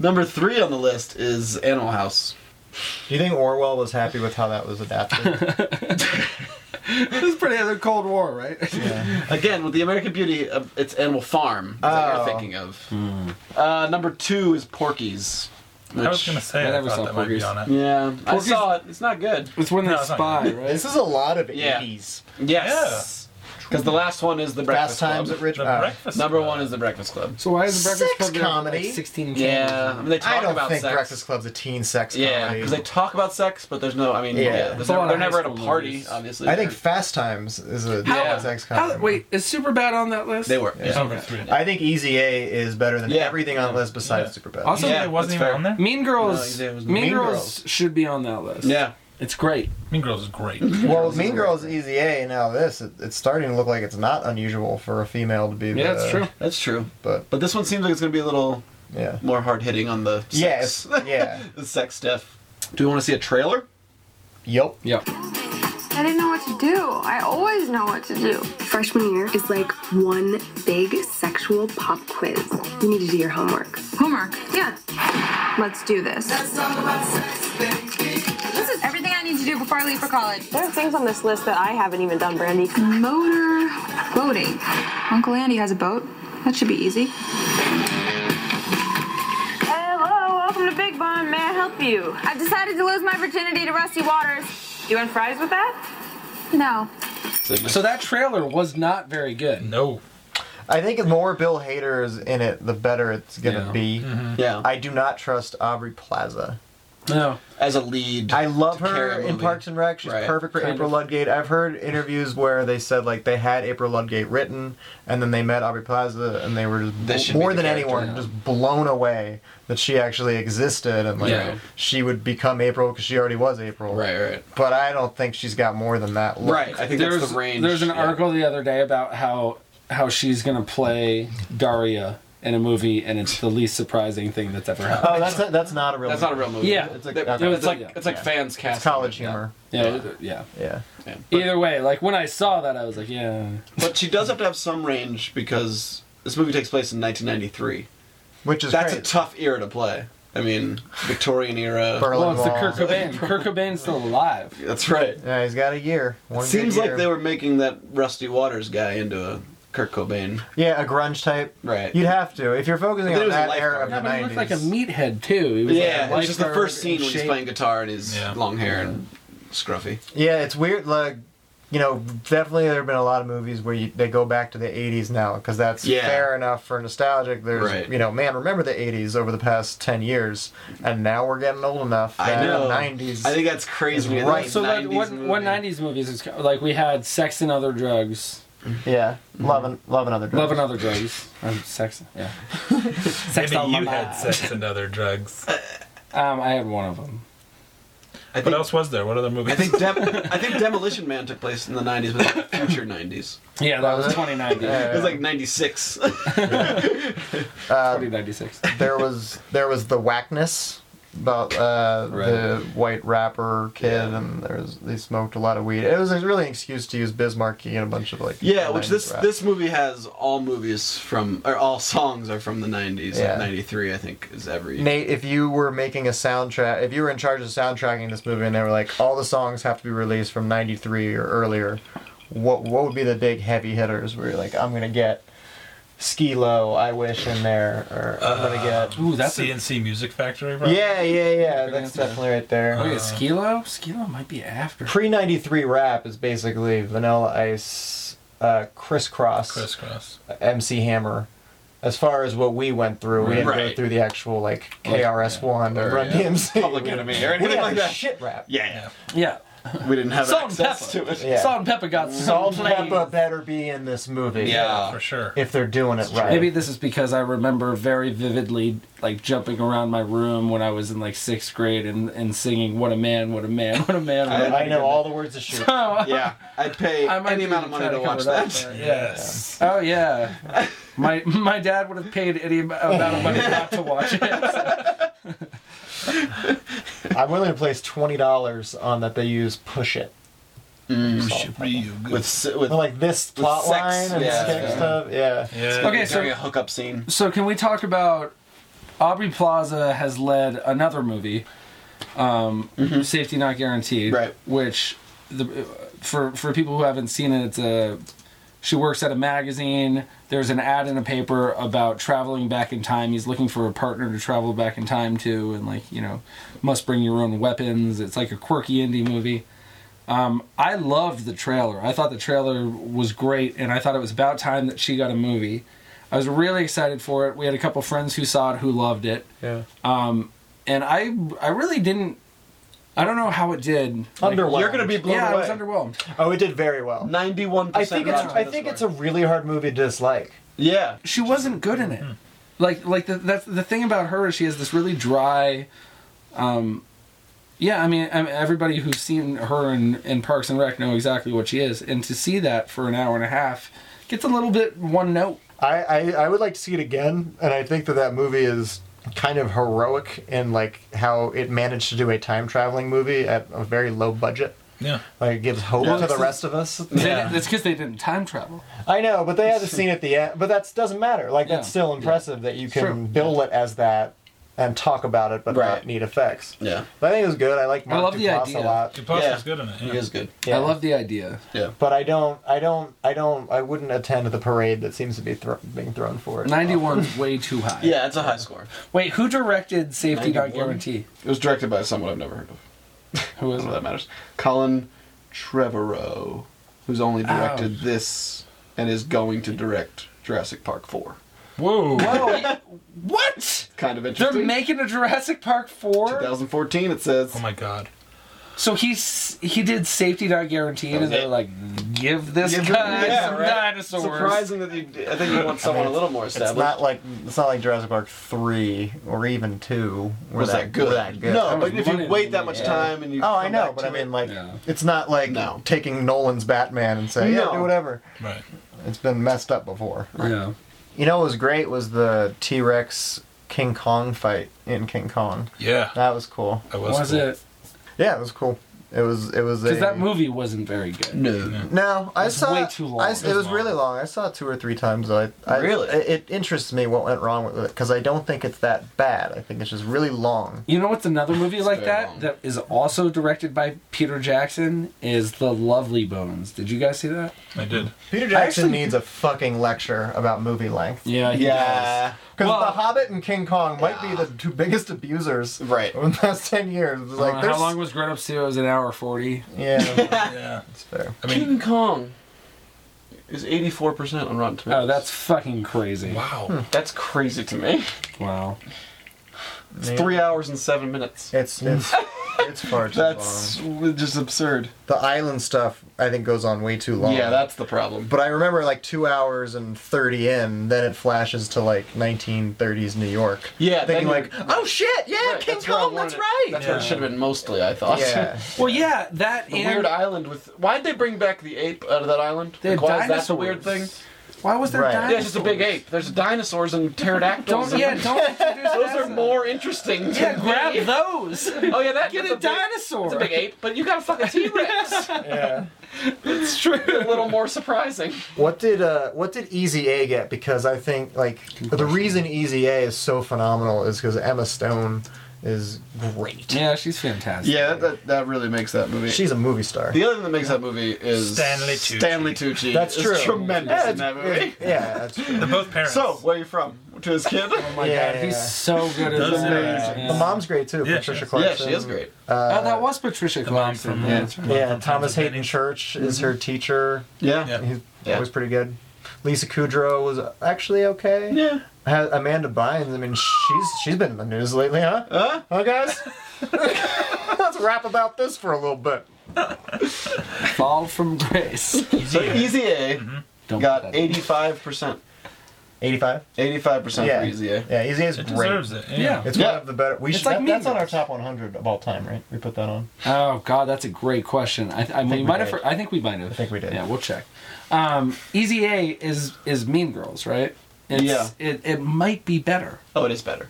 Speaker 1: Number three on the list is Animal House.
Speaker 4: do you think Orwell was happy with how that was adapted?
Speaker 2: It's pretty the Cold War, right?
Speaker 1: Again, with the American Beauty, of, it's Animal Farm. Is that
Speaker 4: Oh.
Speaker 1: you're thinking of? Uh, number two is Porky's. Which,
Speaker 3: I was gonna say
Speaker 2: I
Speaker 3: I,
Speaker 2: never
Speaker 3: thought
Speaker 2: saw
Speaker 3: that might be
Speaker 2: Porky's.
Speaker 3: on it.
Speaker 1: Yeah, I
Speaker 2: Porky's-
Speaker 1: saw it. It's not good.
Speaker 2: It's when they
Speaker 3: No, it's not
Speaker 2: spy,
Speaker 3: good.
Speaker 2: right?
Speaker 4: this is a lot of
Speaker 1: Yeah.
Speaker 4: 80s.
Speaker 1: Yes. Because the last one is the Breakfast
Speaker 4: Fast Times
Speaker 1: Club.
Speaker 4: at Rich.
Speaker 3: The
Speaker 4: uh,
Speaker 3: breakfast.
Speaker 1: Number
Speaker 3: Club.
Speaker 1: one is the Breakfast Club.
Speaker 2: So why is the Breakfast
Speaker 4: Sex
Speaker 2: Club there,
Speaker 4: comedy?
Speaker 2: Like Sixteen.
Speaker 1: Yeah, I mean, they talk
Speaker 4: I don't
Speaker 1: about
Speaker 4: think
Speaker 1: sex.
Speaker 4: Breakfast Club's a teen sex
Speaker 1: yeah,
Speaker 4: comedy.
Speaker 1: because they talk about sex, but there's no. I mean,
Speaker 4: Yeah.
Speaker 1: yeah,
Speaker 4: It's
Speaker 1: there's
Speaker 2: a
Speaker 1: never-
Speaker 2: lot
Speaker 1: they're
Speaker 2: of
Speaker 1: never
Speaker 2: high
Speaker 1: at a
Speaker 2: school
Speaker 1: party,
Speaker 2: movies.
Speaker 1: obviously.
Speaker 4: I think Fast Times is a
Speaker 1: Yeah.
Speaker 4: sex comedy.
Speaker 2: How, wait, is Superbad on that list?
Speaker 1: they were.
Speaker 3: It's number three.
Speaker 4: I think Easy A is better than
Speaker 1: Yeah.
Speaker 4: everything on the list besides Superbad.
Speaker 2: Also,
Speaker 1: Yeah,
Speaker 3: it wasn't
Speaker 1: that's
Speaker 3: even
Speaker 1: fair.
Speaker 3: on there.
Speaker 2: Mean Girls.
Speaker 1: No, it was
Speaker 2: mean,
Speaker 4: Mean
Speaker 2: Girls,
Speaker 4: Girls.
Speaker 2: should be on that list.
Speaker 1: Yeah.
Speaker 2: it's great.
Speaker 3: Mean Girls is great.
Speaker 4: well, Mean Girls Easy A. Now this, it, it's starting to look like it's not unusual for a female to be.
Speaker 2: Yeah,
Speaker 4: the-
Speaker 2: that's true.
Speaker 1: That's true.
Speaker 4: But
Speaker 1: But this one seems like it's going to be a little
Speaker 4: yeah,
Speaker 1: more hard hitting on the sex.
Speaker 4: yes, yeah,
Speaker 1: the sex stuff. Do we want to see a trailer?
Speaker 4: yep.
Speaker 2: Yep.
Speaker 7: I didn't know what to do. I always know what to do.
Speaker 8: Freshman year is like one big sexual pop quiz. You need to do your homework.
Speaker 7: Homework.
Speaker 8: Yeah.
Speaker 7: Let's do this. This is everything I need to do before I leave for college.
Speaker 8: There are things on this list that I haven't even done, Brandy.
Speaker 7: Motor boating. Uncle Andy has a boat. That should be easy.
Speaker 8: Hello, welcome to Big Bun. May I help you?
Speaker 7: I've decided to lose my virginity to Rusty Waters.
Speaker 8: You want fries with that?
Speaker 7: No.
Speaker 2: So that trailer was not very good.
Speaker 3: No.
Speaker 4: I think the more Bill Hader is in it, the better it's gonna
Speaker 2: Yeah. Mm-hmm.
Speaker 4: be.
Speaker 1: Yeah.
Speaker 4: I do not trust Aubrey Plaza.
Speaker 2: No.
Speaker 1: As a lead.
Speaker 4: I love
Speaker 1: To carry a
Speaker 4: her in
Speaker 1: movie.
Speaker 4: Parks and Rec. She's
Speaker 1: Right.
Speaker 4: perfect for
Speaker 2: Kind
Speaker 4: April
Speaker 2: of.
Speaker 4: Ludgate. I've heard interviews where they said like they had April Ludgate written, and then they met Aubrey Plaza, and they were
Speaker 1: This
Speaker 4: just
Speaker 1: should
Speaker 4: bl-
Speaker 1: be
Speaker 4: more
Speaker 1: the
Speaker 4: than
Speaker 1: character.
Speaker 4: anyone just blown away that she actually existed, and like
Speaker 1: Yeah.
Speaker 4: she would become April because she already was April.
Speaker 1: Right, right.
Speaker 4: But I don't think she's got more than that. Look.
Speaker 1: Right. I think
Speaker 2: There's
Speaker 1: that's the range.
Speaker 2: there's an
Speaker 1: yeah.
Speaker 2: article the other day about how how she's gonna play Daria in a movie, and it's the least surprising thing that's ever happened.
Speaker 4: Oh, that's a, that's not a real.
Speaker 9: That's not a real movie.
Speaker 2: Yeah.
Speaker 9: Oh, it's
Speaker 4: It's
Speaker 9: like,
Speaker 4: a-
Speaker 2: It
Speaker 4: okay.
Speaker 2: was like,
Speaker 9: it's like fans cast.
Speaker 4: It's college humor.
Speaker 2: yeah, it- yeah.
Speaker 4: Yeah.
Speaker 2: Either way, like when I saw that, I was like, yeah.
Speaker 1: But she does have to have some range because this movie takes place in 1993.
Speaker 4: Which is
Speaker 1: That's
Speaker 4: great.
Speaker 1: a tough era to play. I mean, Victorian era.
Speaker 4: Berlin
Speaker 2: Well, it's the
Speaker 4: Wall.
Speaker 2: Kurt Cobain. Kurt Cobain's still alive.
Speaker 1: That's right.
Speaker 4: Yeah, he's got a year. One good
Speaker 1: Seems like
Speaker 4: year.
Speaker 1: they were making that Rusty Waters guy into a Kurt Cobain.
Speaker 4: Yeah, a grunge type.
Speaker 1: Right.
Speaker 4: You'd have to if you're focusing
Speaker 1: But it
Speaker 4: on
Speaker 1: was a
Speaker 4: that era
Speaker 1: lifeguard.
Speaker 4: of
Speaker 2: Yeah,
Speaker 4: the
Speaker 2: but he looked like a
Speaker 4: nineties.
Speaker 2: meathead too. He was
Speaker 1: Yeah,
Speaker 2: like
Speaker 1: it's just the first scene when he's
Speaker 2: shape.
Speaker 1: playing guitar and he's
Speaker 3: Yeah.
Speaker 1: long hair and scruffy.
Speaker 4: yeah, it's weird. Like, you know, definitely there have been a lot of movies where you, they go back to the eighties now because that's
Speaker 1: Yeah.
Speaker 4: fair enough for nostalgic. There's,
Speaker 1: Right.
Speaker 4: you know, man, remember the eighties over the past ten years, and now we're getting old enough.
Speaker 1: I know.
Speaker 4: Nineties.
Speaker 1: I think that's crazy. to me.
Speaker 4: Right.
Speaker 1: That's
Speaker 2: So like,
Speaker 1: 90s
Speaker 2: what what
Speaker 1: movie.
Speaker 2: '90s movies is like? We had Sex and Other Drugs,
Speaker 4: Yeah. Love and love another. Drug.
Speaker 2: Love and Other Drugs, um, Sex. Yeah, Sex
Speaker 3: Maybe
Speaker 2: on
Speaker 3: you
Speaker 2: my
Speaker 3: had
Speaker 2: mind.
Speaker 3: sex and other drugs.
Speaker 2: Um, I had one of them.
Speaker 1: I
Speaker 3: What
Speaker 1: think,
Speaker 3: else was there? What other movies?
Speaker 1: I think, Dem- I think Demolition Man took place in the 90s, but like future 90s.
Speaker 2: Yeah, that was 2090,
Speaker 1: It was like 96.
Speaker 2: 2096.
Speaker 4: there was there was the whackness about uh, the white rapper kid,
Speaker 1: Yeah.
Speaker 4: and there was they smoked a lot of weed. It was really an excuse to use Bismarcky and a bunch of like
Speaker 1: yeah, which this
Speaker 4: 90s rap.
Speaker 1: this movie has all movies from or all songs are from the 90s.
Speaker 4: Yeah.
Speaker 1: Like 93, I think, is every.
Speaker 4: Nate, if you were making a soundtrack, if you were in charge of soundtracking this movie, and they were like, all the songs have to be released from '93 or earlier, what what would be the big heavy hitters? Where you're like, I'm gonna get Ski Low, I Wish in there, or I'm gonna get.
Speaker 3: Uh,
Speaker 2: Ooh, that's a,
Speaker 3: CNC Music Factory. Probably?
Speaker 4: Yeah, yeah, yeah.
Speaker 2: Good
Speaker 4: That's
Speaker 2: answer.
Speaker 4: definitely right there.
Speaker 2: wait, Oh, Skilo. Skilo might be after.
Speaker 4: pre ninety three rap is basically Vanilla Ice, uh, crisscross,
Speaker 3: Crisscross.
Speaker 2: Uh,
Speaker 4: MC Hammer. As far as what we went through, we didn't go
Speaker 1: Right.
Speaker 4: through the actual like KRS One or Run DMC.
Speaker 1: Public Enemy or
Speaker 4: We
Speaker 1: anything
Speaker 4: had
Speaker 1: like
Speaker 4: the
Speaker 1: that.
Speaker 4: shit rap.
Speaker 1: Yeah.
Speaker 2: Yeah,
Speaker 1: We didn't have
Speaker 2: Salt and
Speaker 1: access to
Speaker 2: pepper.
Speaker 1: it.
Speaker 4: Yeah.
Speaker 2: Salt and Pepper got
Speaker 4: Salt
Speaker 2: some
Speaker 4: and
Speaker 2: plays.
Speaker 4: Peppa better be in this movie.
Speaker 1: Yeah.
Speaker 3: for sure.
Speaker 4: If they're doing it right.
Speaker 2: Maybe this is because I remember very vividly, like jumping around my room when I was in like sixth grade and, and singing "What a Man, What a Man, What a Man." What a Man."
Speaker 4: I know all the words to shoot.
Speaker 1: Yeah. I'd pay
Speaker 2: I might
Speaker 1: any
Speaker 2: need
Speaker 1: amount of money
Speaker 2: try
Speaker 1: to watch
Speaker 2: cover it up
Speaker 1: that.
Speaker 2: there.
Speaker 3: yes.
Speaker 2: Oh yeah, my my dad would have paid any amount of money not to watch it.
Speaker 4: I'm willing to place twenty dollars on that they use push it.
Speaker 1: With s- with
Speaker 4: But, like this plot
Speaker 1: sex,
Speaker 4: line and
Speaker 1: yeah.
Speaker 4: sex stuff. Yeah.
Speaker 3: Yeah.
Speaker 2: Okay,
Speaker 1: during
Speaker 2: so
Speaker 1: a hookup scene.
Speaker 2: Mm-hmm. so can we talk about Aubrey Plaza has led another movie, um, Safety Not Guaranteed,
Speaker 1: Right.
Speaker 2: Which the for for people who haven't seen it, it's a she works at a magazine. There's an ad in a paper about traveling back in time. He's looking for a partner to travel back in time to, and like you know, must bring your own weapons. It's like a quirky indie movie. Um, I loved the trailer. I thought the trailer was great, and I thought it was about time that she got a movie. I was really excited for it. We had a couple friends who saw it who loved it, Um,
Speaker 4: Yeah.
Speaker 2: and I I really didn't. I don't know how it did.
Speaker 4: Underwhelmed.
Speaker 1: You're gonna be blown
Speaker 2: yeah, I
Speaker 1: away.
Speaker 2: was underwhelmed.
Speaker 4: Oh, it did very well.
Speaker 1: 91%.
Speaker 4: I think it's I think it's a really hard movie to dislike.
Speaker 1: Yeah.
Speaker 2: she wasn't good in it. Like like the that's the thing about her is she has this really dry, um, yeah. I mean, I mean everybody who's seen her in, in Parks and Rec know exactly what she is, and to see that for an hour and a half gets a little bit one note.
Speaker 4: I, I I would like to see it again, and I think that that movie is kind of heroic in like how it managed to do a time traveling movie at a very low budget.
Speaker 3: Yeah.
Speaker 4: Like it gives hope
Speaker 2: Well,
Speaker 4: to the
Speaker 2: it's-
Speaker 4: rest of us.
Speaker 2: Yeah. That's because they didn't time travel.
Speaker 4: I know, but they had the scene at the end. But that doesn't matter. Like that's
Speaker 2: Yeah.
Speaker 4: still impressive that you can
Speaker 2: True.
Speaker 4: bill it as that and talk about it, but
Speaker 1: Right.
Speaker 4: not need effects.
Speaker 1: Yeah.
Speaker 4: But I think it was good. I like Mark
Speaker 2: love the
Speaker 4: Duplass
Speaker 2: idea.
Speaker 4: a lot.
Speaker 3: Duplass
Speaker 1: Yeah.
Speaker 3: was good in it.
Speaker 1: He
Speaker 3: Yeah.
Speaker 1: is good.
Speaker 4: Yeah.
Speaker 2: I love the idea.
Speaker 1: Yeah.
Speaker 4: But I don't. I don't. I don't. I wouldn't attend the parade that seems to be thro- being thrown for it.
Speaker 2: 91's way too high.
Speaker 1: Yeah, it's a high score.
Speaker 2: Wait, who directed Safety Not
Speaker 1: 91?
Speaker 2: Guarantee?
Speaker 1: It was directed by someone I've never heard of.
Speaker 2: Who is
Speaker 1: None of that
Speaker 2: it?
Speaker 1: matters. Colin Trevorrow, who's only directed this and is going to direct Jurassic Park 4.
Speaker 3: Whoa.
Speaker 2: Oh, what?
Speaker 1: Kind of
Speaker 2: They're
Speaker 1: interesting.
Speaker 2: making a Jurassic Park 4?
Speaker 1: 2014, it says.
Speaker 3: Oh my god.
Speaker 2: So he's he did Safety Not Guaranteed, and they're like, give this
Speaker 1: Give
Speaker 2: guy
Speaker 1: it- yeah,
Speaker 2: some
Speaker 1: right.
Speaker 2: dinosaurs.
Speaker 1: Surprising that you. I think you want someone a little more
Speaker 4: It's
Speaker 1: established.
Speaker 4: not like it's not like Jurassic Park three or even two. Were
Speaker 1: was that, good?
Speaker 4: were that good?
Speaker 1: No,
Speaker 2: That
Speaker 1: but
Speaker 2: was
Speaker 1: if you
Speaker 2: money
Speaker 1: wait
Speaker 2: to
Speaker 1: that
Speaker 2: me,
Speaker 1: much
Speaker 2: yeah.
Speaker 1: time and you.
Speaker 4: Oh,
Speaker 1: come
Speaker 4: I know,
Speaker 1: back
Speaker 4: but
Speaker 1: to
Speaker 4: I mean,
Speaker 1: it-
Speaker 4: like,
Speaker 2: Yeah.
Speaker 4: it's not like
Speaker 1: No.
Speaker 4: taking Nolan's Batman and saying,
Speaker 1: No.
Speaker 4: yeah, do whatever.
Speaker 3: Right.
Speaker 4: It's been messed up before.
Speaker 2: Yeah.
Speaker 4: You know what was great was the T Rex King Kong fight in King Kong.
Speaker 3: Yeah,
Speaker 4: That was cool.
Speaker 3: that was,
Speaker 2: Was
Speaker 3: cool.
Speaker 2: it?
Speaker 4: Yeah, it was cool. It was it was a
Speaker 2: Because that movie wasn't very good.
Speaker 1: No.
Speaker 4: No, I
Speaker 2: was
Speaker 4: saw
Speaker 2: way too long.
Speaker 4: I s-
Speaker 3: It
Speaker 4: it
Speaker 3: was
Speaker 4: was really long. I saw it two or three times. I, I
Speaker 1: Really?
Speaker 4: it, it interests me what went wrong with it because I don't think it's that bad. I think it's just really long.
Speaker 2: You know what's another movie like
Speaker 6: very
Speaker 2: that
Speaker 6: long.
Speaker 2: that is also directed by Peter Jackson is The Lovely Bones. Did you guys see that?
Speaker 3: I did.
Speaker 4: Peter Jackson
Speaker 2: actually-
Speaker 4: needs a fucking lecture about movie length.
Speaker 2: Yeah.
Speaker 4: Because
Speaker 2: Well-
Speaker 4: The Hobbit and King Kong might be the two biggest abusers
Speaker 1: Right.
Speaker 4: in the last ten years. It's
Speaker 2: Like,
Speaker 4: Like there's
Speaker 2: Uh, how long was Grown Ups 2? It was an hour 40.
Speaker 4: yeah,
Speaker 3: yeah,
Speaker 4: it's fair.
Speaker 3: I mean,
Speaker 6: King Kong is 84% on Rotten Tomatoes.
Speaker 2: Oh, that's fucking crazy.
Speaker 3: wow.
Speaker 6: that's crazy to me.
Speaker 2: Wow.
Speaker 1: It's three hours and seven minutes.
Speaker 4: It's it's it's far too
Speaker 1: That's
Speaker 4: long.
Speaker 1: just absurd.
Speaker 4: The island stuff I think goes on way too long.
Speaker 1: Yeah, that's the problem.
Speaker 4: But I remember like two hours and thirty in, then it flashes to like 1930s New York.
Speaker 6: Yeah,
Speaker 4: thinking
Speaker 6: then
Speaker 4: like,
Speaker 6: you're-
Speaker 4: oh shit, yeah,
Speaker 6: Right,
Speaker 4: King
Speaker 6: that's where I
Speaker 4: Kong, that's
Speaker 6: wanted it-
Speaker 4: right.
Speaker 6: That's where it
Speaker 3: Yeah.
Speaker 6: should have been mostly, I thought.
Speaker 4: yeah,
Speaker 2: Well, yeah, that
Speaker 6: The
Speaker 2: and
Speaker 6: weird island with. Why'd they bring back the ape out of that island?
Speaker 2: They had
Speaker 6: Like, why is that the weird thing?
Speaker 2: dinosaurs. why was there
Speaker 4: Right.
Speaker 6: Yeah, it's just a big
Speaker 2: dinosaurs?
Speaker 6: ape. There's dinosaurs and pterodactyls.
Speaker 2: Don't yeah,
Speaker 6: and-
Speaker 2: don't introduce
Speaker 6: Those
Speaker 2: that
Speaker 6: are more interesting. To
Speaker 2: Yeah, grab
Speaker 6: me.
Speaker 2: those.
Speaker 6: Oh yeah, that
Speaker 2: Get
Speaker 6: that's
Speaker 2: a
Speaker 6: big-
Speaker 2: dinosaur.
Speaker 6: That's a big ape, but you got a fucking T Rex.
Speaker 4: yeah.
Speaker 2: It's true.
Speaker 6: a little more surprising.
Speaker 4: What did uh, what did Easy A get? Because I think like the reason Easy A is so phenomenal is because Emma Stone is great.
Speaker 2: Yeah, she's fantastic.
Speaker 1: Yeah, that, that, that really makes that movie.
Speaker 4: She's a movie star.
Speaker 1: the other thing that makes that movie is
Speaker 3: Stanley Tucci.
Speaker 1: Stanley Tucci.
Speaker 4: That's
Speaker 1: is
Speaker 4: true.
Speaker 1: Tremendous in that movie.
Speaker 4: Yeah, that's true.
Speaker 3: They're both parents.
Speaker 1: So, where are you from? To his kid?
Speaker 2: Oh my
Speaker 4: Yeah,
Speaker 2: god,
Speaker 4: yeah,
Speaker 2: he's
Speaker 4: yeah.
Speaker 2: so good at
Speaker 3: Those
Speaker 2: that.
Speaker 3: are-
Speaker 2: Yeah.
Speaker 4: The mom's great too.
Speaker 3: Yeah,
Speaker 4: Patricia
Speaker 3: she is.
Speaker 1: yeah,
Speaker 4: Clarkson.
Speaker 1: she is great.
Speaker 4: Uh,
Speaker 2: oh, that was Patricia
Speaker 3: the mom
Speaker 2: Clarkson.
Speaker 3: from
Speaker 1: Yeah.
Speaker 3: that's right.
Speaker 4: yeah,
Speaker 3: From
Speaker 4: Thomas
Speaker 3: Times of
Speaker 4: Hayden Church is her teacher.
Speaker 1: Yeah.
Speaker 3: Yeah.
Speaker 4: He's
Speaker 1: Mm-hmm. Yeah.
Speaker 4: always pretty good. Lisa Kudrow was actually okay.
Speaker 1: Yeah.
Speaker 4: Ha- Amanda Bynes. I mean, she's she's been in the news lately, huh?
Speaker 1: Huh?
Speaker 4: Huh, guys? Let's rap about this for a little bit.
Speaker 6: uh,
Speaker 2: Fall from Grace.
Speaker 1: So, Easy A Mm-hmm.
Speaker 2: Don't put
Speaker 1: got
Speaker 2: that in.
Speaker 1: 85%.
Speaker 4: 85.
Speaker 1: 85%
Speaker 4: Yeah.
Speaker 1: for Easy A.
Speaker 4: Yeah, Easy A's
Speaker 3: It
Speaker 4: great.
Speaker 3: deserves it. Yeah.
Speaker 2: Yeah.
Speaker 4: It's
Speaker 1: Yeah.
Speaker 4: one of the better. We
Speaker 2: It's
Speaker 4: should.
Speaker 2: like
Speaker 4: that-
Speaker 2: Mean
Speaker 4: that's on our
Speaker 2: Girls.
Speaker 4: top 100 of all time, right? We put that on.
Speaker 2: Oh God, that's a great question. I, I, mean, we
Speaker 4: we
Speaker 2: might have.
Speaker 4: did.
Speaker 2: I think we might have. I
Speaker 4: think we did.
Speaker 2: Yeah, we'll check. Um, Easy A is is Mean Girls, right? It's,
Speaker 1: Yeah.
Speaker 2: It, it might be better.
Speaker 1: Oh, it is better.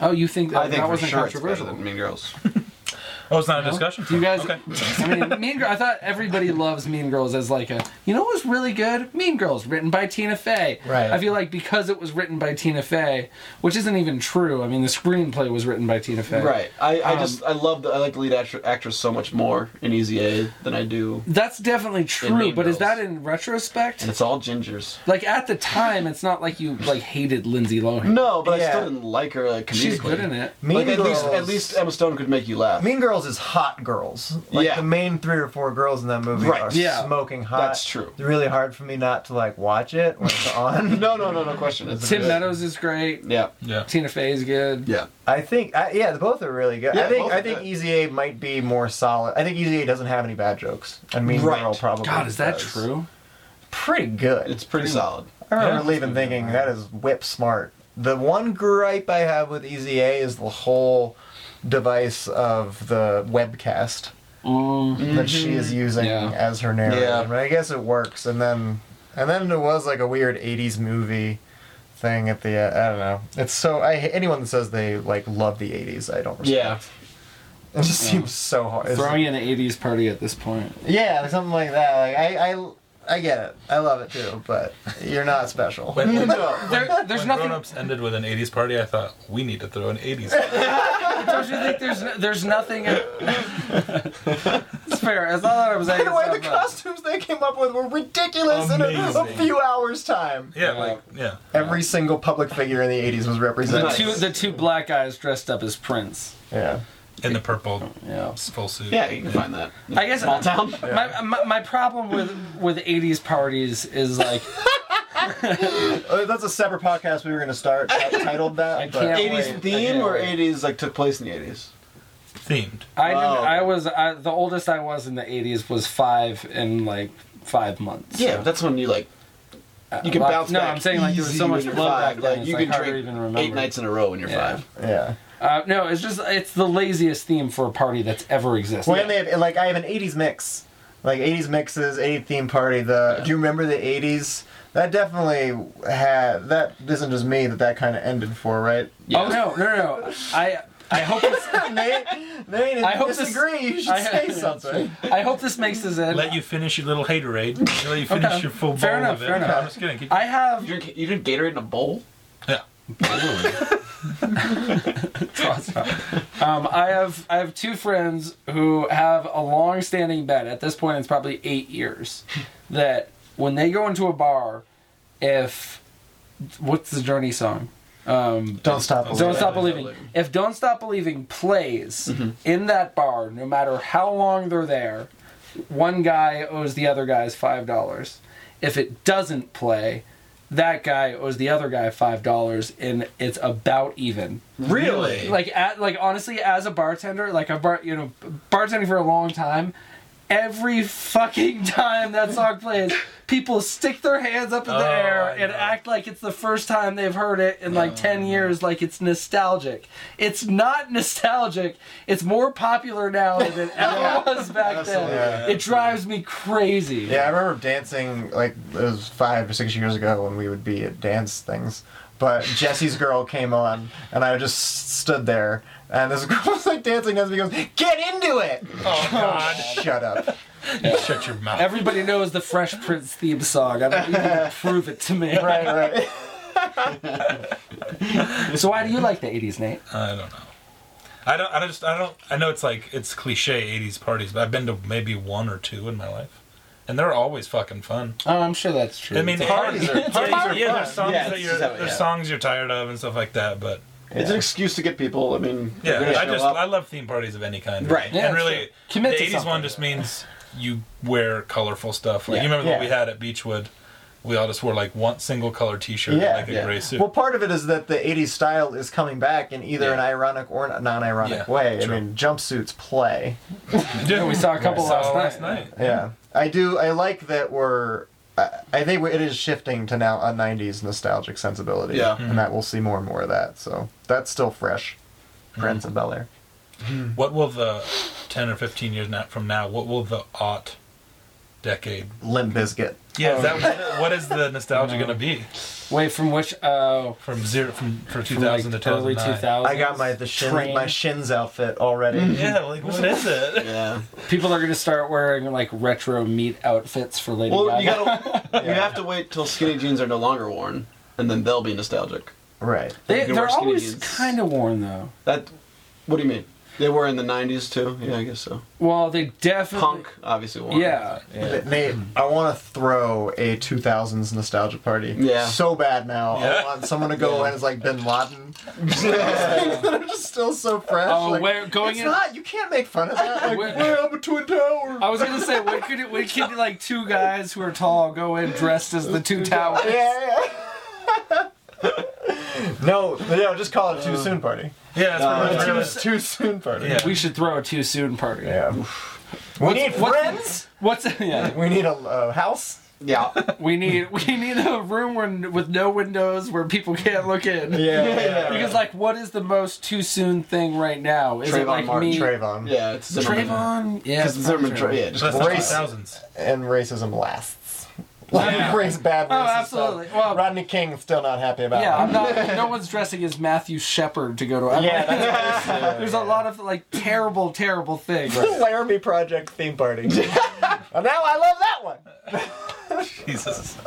Speaker 2: Oh, you think that,
Speaker 1: I think
Speaker 2: that
Speaker 1: for
Speaker 2: wasn't
Speaker 1: sure it's better
Speaker 2: controversial?
Speaker 1: than Mean Girls.
Speaker 3: Oh, it's not a discussion.
Speaker 2: Do you guys?
Speaker 3: Okay.
Speaker 2: I mean, Mean Girls. I thought everybody loves Mean Girls as like a. You know what was really good? Mean Girls, written by Tina Fey.
Speaker 4: Right.
Speaker 2: I feel like because it was written by Tina Fey, which isn't even true. I mean, the screenplay was written by Tina Fey.
Speaker 1: Right. I, I
Speaker 2: Um,
Speaker 1: just I love the I like the lead actr- actress so much more in Easy A than I do.
Speaker 2: That's definitely true.
Speaker 1: Mean
Speaker 2: But is
Speaker 1: Girls.
Speaker 2: that in retrospect?
Speaker 1: And it's all gingers.
Speaker 2: Like at the time, it's not like you like hated Lindsay Lohan.
Speaker 1: No, but I
Speaker 4: Yeah.
Speaker 1: still didn't like her like, comedically.
Speaker 2: she's good in it.
Speaker 4: Mean
Speaker 1: like at
Speaker 4: Girls.
Speaker 1: least at least Emma Stone could make you laugh.
Speaker 4: Mean Girls is hot girls. Like
Speaker 1: Yeah.
Speaker 4: the main three or four girls in that movie
Speaker 1: Right.
Speaker 4: are
Speaker 2: Yeah.
Speaker 4: smoking hot.
Speaker 1: That's true.
Speaker 4: It's really hard for me not to like watch it when it's on.
Speaker 1: no, no, no, no question. It's
Speaker 2: Tim
Speaker 1: good.
Speaker 2: Meadows is great.
Speaker 1: Yeah.
Speaker 3: Yeah.
Speaker 2: Tina Fey is good.
Speaker 1: Yeah.
Speaker 4: I think I, yeah, both are really good.
Speaker 1: Yeah,
Speaker 4: I think
Speaker 1: both
Speaker 4: I
Speaker 1: are
Speaker 4: think
Speaker 1: good.
Speaker 4: Easy A might be more solid. I think Easy A doesn't have any bad jokes. And Mean
Speaker 1: Right.
Speaker 4: Girl probably.
Speaker 2: God, is that
Speaker 4: does.
Speaker 2: true?
Speaker 4: Pretty good.
Speaker 1: It's pretty solid.
Speaker 4: I remember
Speaker 3: Yeah.
Speaker 4: leaving thinking that is whip smart. The one gripe I have with Easy A is the whole device of the webcast that she is using
Speaker 2: Yeah.
Speaker 4: as her narrator.
Speaker 1: Mm-hmm. Yeah.
Speaker 4: And I guess it works. And then and then there was like a weird '80s movie thing at the uh, I don't know. It's so I anyone that says they like love the '80s, I don't. Respect.
Speaker 1: Yeah.
Speaker 4: It just seems so hard. It's-
Speaker 2: Throwing in an '80s party at this point.
Speaker 4: yeah, like something like that. Like I, I, I get it. I love it too, but you're not special.
Speaker 3: When, when,
Speaker 2: There, there's
Speaker 3: when
Speaker 2: nothing.
Speaker 3: Grown Ups ended with an 80s party, I thought, we need to throw an 80s party.
Speaker 2: Don't you think there's no- there's nothing? it's fair. That's all I was saying. uh,
Speaker 4: By the
Speaker 2: It's
Speaker 4: way,
Speaker 2: not much.
Speaker 4: the costumes they came up with were ridiculous in a, a
Speaker 3: Amazing.
Speaker 4: few hours' time.
Speaker 3: Yeah, like, yeah.
Speaker 4: Every single public figure in the '80s was
Speaker 2: The
Speaker 4: represented.
Speaker 2: two the two black guys dressed up as Prince.
Speaker 4: Yeah.
Speaker 3: In the purple
Speaker 2: Yeah.
Speaker 3: full suit.
Speaker 1: Yeah, you can find that.
Speaker 2: I guess
Speaker 1: small town.
Speaker 2: my, my my problem with with '80s parties is like
Speaker 4: Uh, that's a separate podcast we were going to start that titled that.
Speaker 2: I
Speaker 4: but-
Speaker 2: can't
Speaker 1: Eighties
Speaker 2: wait. I
Speaker 1: theme
Speaker 2: can't
Speaker 1: or
Speaker 2: wait.
Speaker 1: eighties like took place in the eighties.
Speaker 3: Themed.
Speaker 2: I didn't,
Speaker 1: Oh.
Speaker 2: I was I, the oldest I was in the 80s was five in like five months.
Speaker 1: Yeah,
Speaker 2: so.
Speaker 1: but that's when you like you can
Speaker 2: Uh, Like-
Speaker 1: bounce.
Speaker 2: No,
Speaker 1: back
Speaker 2: I'm saying like there was
Speaker 1: easy
Speaker 2: so
Speaker 1: when
Speaker 2: much
Speaker 1: you're
Speaker 2: blow back
Speaker 1: five.
Speaker 2: then.
Speaker 1: Like
Speaker 2: it's
Speaker 1: you
Speaker 2: like
Speaker 1: can
Speaker 2: hard to
Speaker 1: drink
Speaker 2: even remember.
Speaker 1: eight nights in a row when you're
Speaker 2: Yeah.
Speaker 1: five.
Speaker 4: Yeah.
Speaker 2: Uh, no, it's just it's the laziest theme for a party that's ever existed.
Speaker 4: When they have, like, I have an '80s mix. like 80s mixes, 80 theme party. The do you remember the 80s? That definitely had that isn't just me that that kind of ended for, right?
Speaker 2: Oh no, no, no, no. I I hope this,
Speaker 4: Nate, Nate, if
Speaker 2: I
Speaker 4: you
Speaker 2: hope this-
Speaker 4: disagree. you should
Speaker 2: I-
Speaker 4: say something.
Speaker 2: I hope this makes this in.
Speaker 3: Let you finish your little haterade. Let you finish
Speaker 2: Okay.
Speaker 3: your full bowl
Speaker 2: Fair enough,
Speaker 3: of it.
Speaker 2: fair enough.
Speaker 3: I'm just kidding. Keep-
Speaker 2: I have
Speaker 6: You drink, you drink Gatorade in a bowl?
Speaker 3: yeah.
Speaker 2: Um, I have I have two friends who have a long-standing bet. At this point, it's probably eight years. That when they go into a bar, if what's the Journey song? Um,
Speaker 4: Don't stop.
Speaker 2: Don't
Speaker 4: believing.
Speaker 2: stop believing. If Don't Stop Believing plays in that bar, no matter how long they're there, one guy owes the other guys five dollars. If it doesn't play, that guy owes the other guy five dollars, and it's about even
Speaker 3: Really?
Speaker 2: like at like honestly as a bartender like a bar you know bartending for a long time every fucking time that song plays people stick their hands up in the
Speaker 3: Oh,
Speaker 2: air
Speaker 3: I
Speaker 2: and
Speaker 3: know.
Speaker 2: act like it's the first time they've heard it in like 10 years like it's nostalgic it's not nostalgic it's more popular now than it ever was back then
Speaker 4: Absolutely.
Speaker 2: it drives me crazy
Speaker 4: Yeah, I remember dancing like it was five or six years ago when we would be at dance things. But Jesse's girl came on, and I just stood there, and this girl was like dancing as me goes, "Get into it!"
Speaker 3: Oh, God.
Speaker 4: Shut up.
Speaker 3: Shut your mouth.
Speaker 2: everybody knows the fresh prince theme song i don't need to prove it to me
Speaker 4: Right, right.
Speaker 2: so why do you like the 80s nate
Speaker 3: I don't know. I don't. I just. I don't. I know it's like it's cliche '80s parties, but I've been to maybe one or two in my life, and they're always fucking fun.
Speaker 2: oh i'm sure that's true
Speaker 3: I mean,
Speaker 4: parties are- parties are
Speaker 3: yeah,
Speaker 4: fun.
Speaker 3: there's songs
Speaker 1: Yeah,
Speaker 3: that
Speaker 1: it's
Speaker 3: you're
Speaker 1: just how it-
Speaker 3: there's
Speaker 1: yeah.
Speaker 3: songs you're tired of and stuff like that. But
Speaker 1: It's an excuse to get people. I mean,
Speaker 3: yeah,
Speaker 1: they're gonna
Speaker 3: I
Speaker 1: show
Speaker 3: just
Speaker 1: up.
Speaker 3: I love theme parties of any kind.
Speaker 1: Right.
Speaker 2: Yeah,
Speaker 3: and
Speaker 2: sure.
Speaker 3: really,
Speaker 2: Commit to
Speaker 3: the '80s one
Speaker 2: something.
Speaker 3: just means you wear colorful stuff. Like
Speaker 1: Yeah.
Speaker 3: you remember what
Speaker 4: Yeah.
Speaker 3: we had at Beechwood. We all just wore like one single color T-shirt and
Speaker 4: Yeah.
Speaker 3: like a
Speaker 1: Yeah.
Speaker 3: gray suit.
Speaker 4: Well, part of it is that the '80s style is coming back in either an
Speaker 3: Yeah.
Speaker 4: ironic or a non-ironic
Speaker 3: Yeah,
Speaker 4: way.
Speaker 3: true.
Speaker 4: I mean, jumpsuits play.
Speaker 3: yeah,
Speaker 2: we saw a couple last
Speaker 3: last
Speaker 2: night.
Speaker 3: night.
Speaker 4: Yeah, I do. I like that we're. I I think it is shifting to now a '90s nostalgic sensibility.
Speaker 1: Yeah.
Speaker 4: and that we'll see more and more of that. So that's still fresh. Prince and Bel Air.
Speaker 3: What will the ten or fifteen years now from now? What will the aught decade? Um,
Speaker 4: Limp Bizkit.
Speaker 3: Yeah, is that what is the nostalgia going to be
Speaker 2: Wait, from which? Uh,
Speaker 3: from zero from for two
Speaker 2: from like
Speaker 3: thousand to
Speaker 2: early
Speaker 3: two thousand?
Speaker 2: 2000s.
Speaker 4: I got my the shin,
Speaker 2: Oh, Train.
Speaker 4: my shins outfit already.
Speaker 3: Yeah, like what is it?
Speaker 1: Yeah.
Speaker 2: People are gonna start wearing like retro meat outfits for Lady
Speaker 1: Well,
Speaker 2: Gaga.
Speaker 1: you gotta. You have to wait till skinny jeans are no longer worn, and then they'll be nostalgic.
Speaker 4: Right.
Speaker 1: you
Speaker 2: they,
Speaker 1: can
Speaker 2: they're
Speaker 1: wear skinny
Speaker 2: always
Speaker 1: jeans.
Speaker 2: kind of worn though.
Speaker 1: That. What do you mean? They were in the '90s too. Yeah, I guess so.
Speaker 2: Well, they definitely.
Speaker 1: Punk, obviously. Won.
Speaker 2: Yeah.
Speaker 4: But Nate, I want to throw a 2000s nostalgia party.
Speaker 1: Yeah.
Speaker 4: So bad now. I
Speaker 3: Yeah.
Speaker 4: want someone to go in as like Bin Laden. These things that are just still so fresh.
Speaker 2: Oh,
Speaker 4: like,
Speaker 2: where going
Speaker 4: it's
Speaker 2: in?
Speaker 4: not. You can't make fun of that. Like,
Speaker 2: Where-
Speaker 4: we're up a twin tower.
Speaker 2: I was gonna say, when could it, when could like two guys who are tall go in dressed as the two towers?
Speaker 4: Yeah. yeah. no, no, just call it too soon party.
Speaker 3: Yeah,
Speaker 2: Uh,
Speaker 3: that's pretty much
Speaker 4: Too,
Speaker 3: really-
Speaker 4: too soon party.
Speaker 3: yeah.
Speaker 2: We should throw a too soon party.
Speaker 4: Yeah. We need
Speaker 2: what's-
Speaker 4: friends.
Speaker 2: What's yeah?
Speaker 4: We need a uh, house.
Speaker 1: Yeah.
Speaker 2: We need we need a room where, with no windows where people can't look in.
Speaker 4: Yeah. yeah,
Speaker 2: Because like, what is the most too soon thing right now? Is it
Speaker 1: Trayvon
Speaker 2: like
Speaker 1: Martin.
Speaker 2: me?
Speaker 4: Trayvon.
Speaker 1: Yeah. It's Zimmerman.
Speaker 2: Trayvon, yeah,
Speaker 1: Because Zimmerman. Tra- yeah. Just
Speaker 3: That's the two
Speaker 4: Race.
Speaker 3: thousands.
Speaker 4: and racism lasts. Like
Speaker 3: Yeah.
Speaker 4: race bad.
Speaker 2: Oh,
Speaker 4: racist
Speaker 2: absolutely.
Speaker 4: stuff.
Speaker 2: Well-
Speaker 4: Rodney King's still not happy about.
Speaker 2: yeah.
Speaker 4: it.
Speaker 2: I'm not. No one's dressing as Matthew Shepard to go to. I'm
Speaker 4: yeah.
Speaker 2: like,
Speaker 4: That's
Speaker 2: there's a lot of like terrible, terrible things.
Speaker 4: the Laramie Project theme party. and now I love that one.
Speaker 3: Jesus.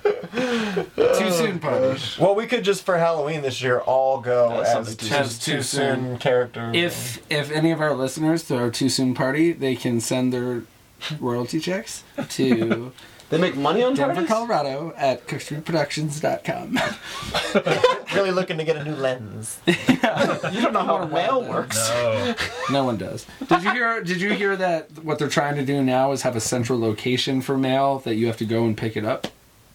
Speaker 2: Too soon party.
Speaker 4: Well, we could just for Halloween this year all go as
Speaker 1: something
Speaker 4: too,
Speaker 1: too
Speaker 2: soon.
Speaker 4: too soon characters.
Speaker 2: If if any of our listeners throw a too soon party, they can send their royalty checks to
Speaker 1: they make money on
Speaker 2: Denver,
Speaker 1: parties?
Speaker 2: Colorado at cookstreetproductions.com.
Speaker 4: really looking to get a new lens.
Speaker 1: You don't know how
Speaker 2: Colorado.
Speaker 1: mail works.
Speaker 3: No.
Speaker 2: No one does. Did you hear? Did you hear that? What they're trying to do now is have a central location for mail that you have to go and pick it up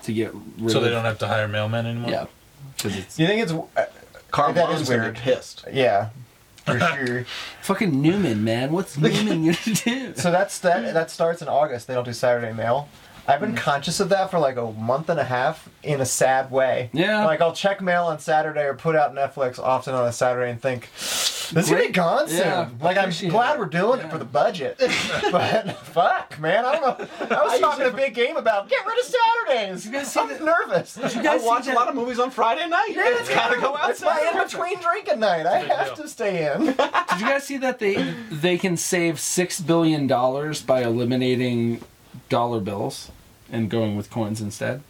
Speaker 2: to get rid
Speaker 3: So
Speaker 2: of.
Speaker 3: they don't have to hire mailmen anymore.
Speaker 2: Yeah, because it's
Speaker 4: Do you think it's uh,
Speaker 1: Carl
Speaker 4: That
Speaker 1: Malone's
Speaker 4: is
Speaker 1: gonna be
Speaker 4: weird.
Speaker 1: pissed.
Speaker 4: yeah? For sure.
Speaker 2: fucking Newman, man. What's Newman gonna do?
Speaker 4: so that's that. That starts in August. They don't do Saturday mail. I've
Speaker 2: Mm.
Speaker 4: been conscious of that for like a month and a half in a sad way.
Speaker 2: Yeah.
Speaker 4: Like I'll check mail on Saturday or put out Netflix often on a Saturday and think, this is gonna be
Speaker 2: Great.
Speaker 4: gone soon.
Speaker 2: Yeah,
Speaker 4: like I'm
Speaker 2: appreciate
Speaker 4: glad
Speaker 2: it.
Speaker 4: we're doing it for the budget. but fuck, man, I don't know. I was talking a big game about get rid of Saturdays. You
Speaker 2: guys see
Speaker 4: I'm
Speaker 2: that-
Speaker 4: nervous.
Speaker 2: guys
Speaker 1: I
Speaker 2: see
Speaker 1: watch a
Speaker 2: that-
Speaker 1: lot of movies on Friday night. it's gotta go
Speaker 4: It's my
Speaker 1: outside.
Speaker 4: in between drinking night. I have to stay in.
Speaker 2: Did you guys see that they they can save six billion dollars by eliminating dollar bills and going with coins instead?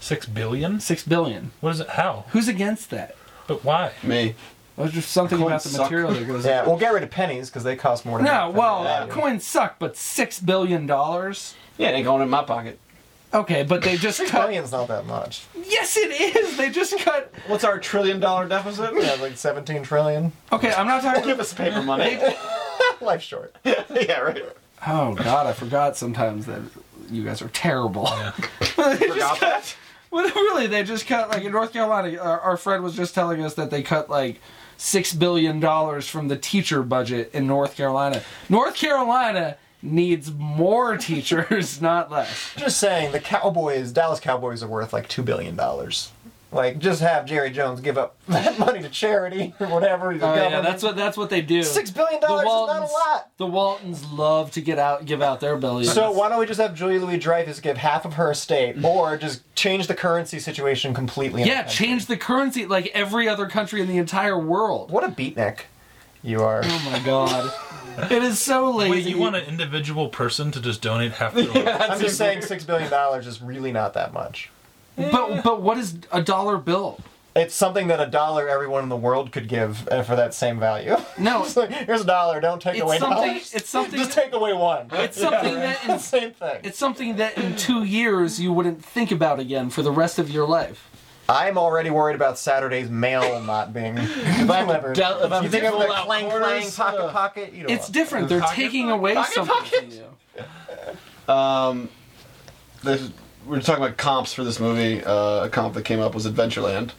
Speaker 3: Six billion?
Speaker 2: Six billion.
Speaker 3: What is it? How?
Speaker 2: Who's against that?
Speaker 3: But why?
Speaker 1: Me.
Speaker 2: There's just something
Speaker 1: Coins
Speaker 2: about the
Speaker 1: suck.
Speaker 2: material that goes.
Speaker 4: Yeah, we'll get rid of pennies because they cost more. To
Speaker 2: No,
Speaker 4: make than
Speaker 2: well,
Speaker 4: they value.
Speaker 2: coins suck, but six billion dollars.
Speaker 1: Yeah, it ain't going in my pocket.
Speaker 2: Okay, but they just
Speaker 4: six
Speaker 2: cut.
Speaker 4: billion's not that much.
Speaker 2: Yes, it is. They just cut.
Speaker 1: What's our trillion dollar deficit?
Speaker 4: Yeah, like seventeen trillion.
Speaker 2: Okay, I'm not talking.
Speaker 1: Give us paper money.
Speaker 4: Life's short.
Speaker 1: yeah, right.
Speaker 2: Oh God, I forgot sometimes that you guys are terrible. They just
Speaker 1: Forgot that.
Speaker 2: Well, really, they just cut like in North Carolina. Our, our friend was just telling us that they cut like six billion dollars from the teacher budget in North Carolina. North Carolina needs more teachers, not less.
Speaker 4: Just saying, the Cowboys, Dallas Cowboys, are worth like two billion dollars. Like, just have Jerry Jones give up that money to charity or whatever. the
Speaker 2: Oh yeah,
Speaker 4: government.
Speaker 2: that's what that's what they do.
Speaker 4: Six billion dollars is not a
Speaker 2: Waltons-
Speaker 4: lot.
Speaker 2: The Waltons love to get out, give out their billions.
Speaker 4: So why don't we just have Julia Louis Dreyfus give half of her estate, or just change the currency situation completely? in
Speaker 2: yeah,
Speaker 4: the country?
Speaker 2: change the currency like every other country in the entire world.
Speaker 4: What a beatnik you are.
Speaker 2: Oh my god, it is so lazy.
Speaker 3: Wait, you want an individual person to just donate half their yeah.
Speaker 4: I'm just saying, six billion dollars is really not that much.
Speaker 2: but but what is a dollar bill?
Speaker 4: It's something that a dollar everyone in the world could give uh, for that same value.
Speaker 2: No.
Speaker 4: It's like, here's a dollar. Don't take
Speaker 2: It's
Speaker 4: away
Speaker 2: something-
Speaker 4: dollars.
Speaker 2: it's something-
Speaker 4: Just take away one.
Speaker 2: It's something that in
Speaker 4: same thing.
Speaker 2: It's something that in two years you wouldn't think about again for the rest of your life.
Speaker 4: I'm already worried about Saturday's mail not being delivered.
Speaker 2: del- if I'm
Speaker 4: you think I'm
Speaker 1: gonna
Speaker 4: the
Speaker 1: out
Speaker 4: clang
Speaker 1: quarters,
Speaker 4: clang pocket
Speaker 1: uh,
Speaker 4: pocket? You don't
Speaker 2: It's
Speaker 4: want
Speaker 2: different. They're taking away something from you.
Speaker 1: Um, this, we are talking about comps for this movie. Uh, a comp that came up was Adventureland,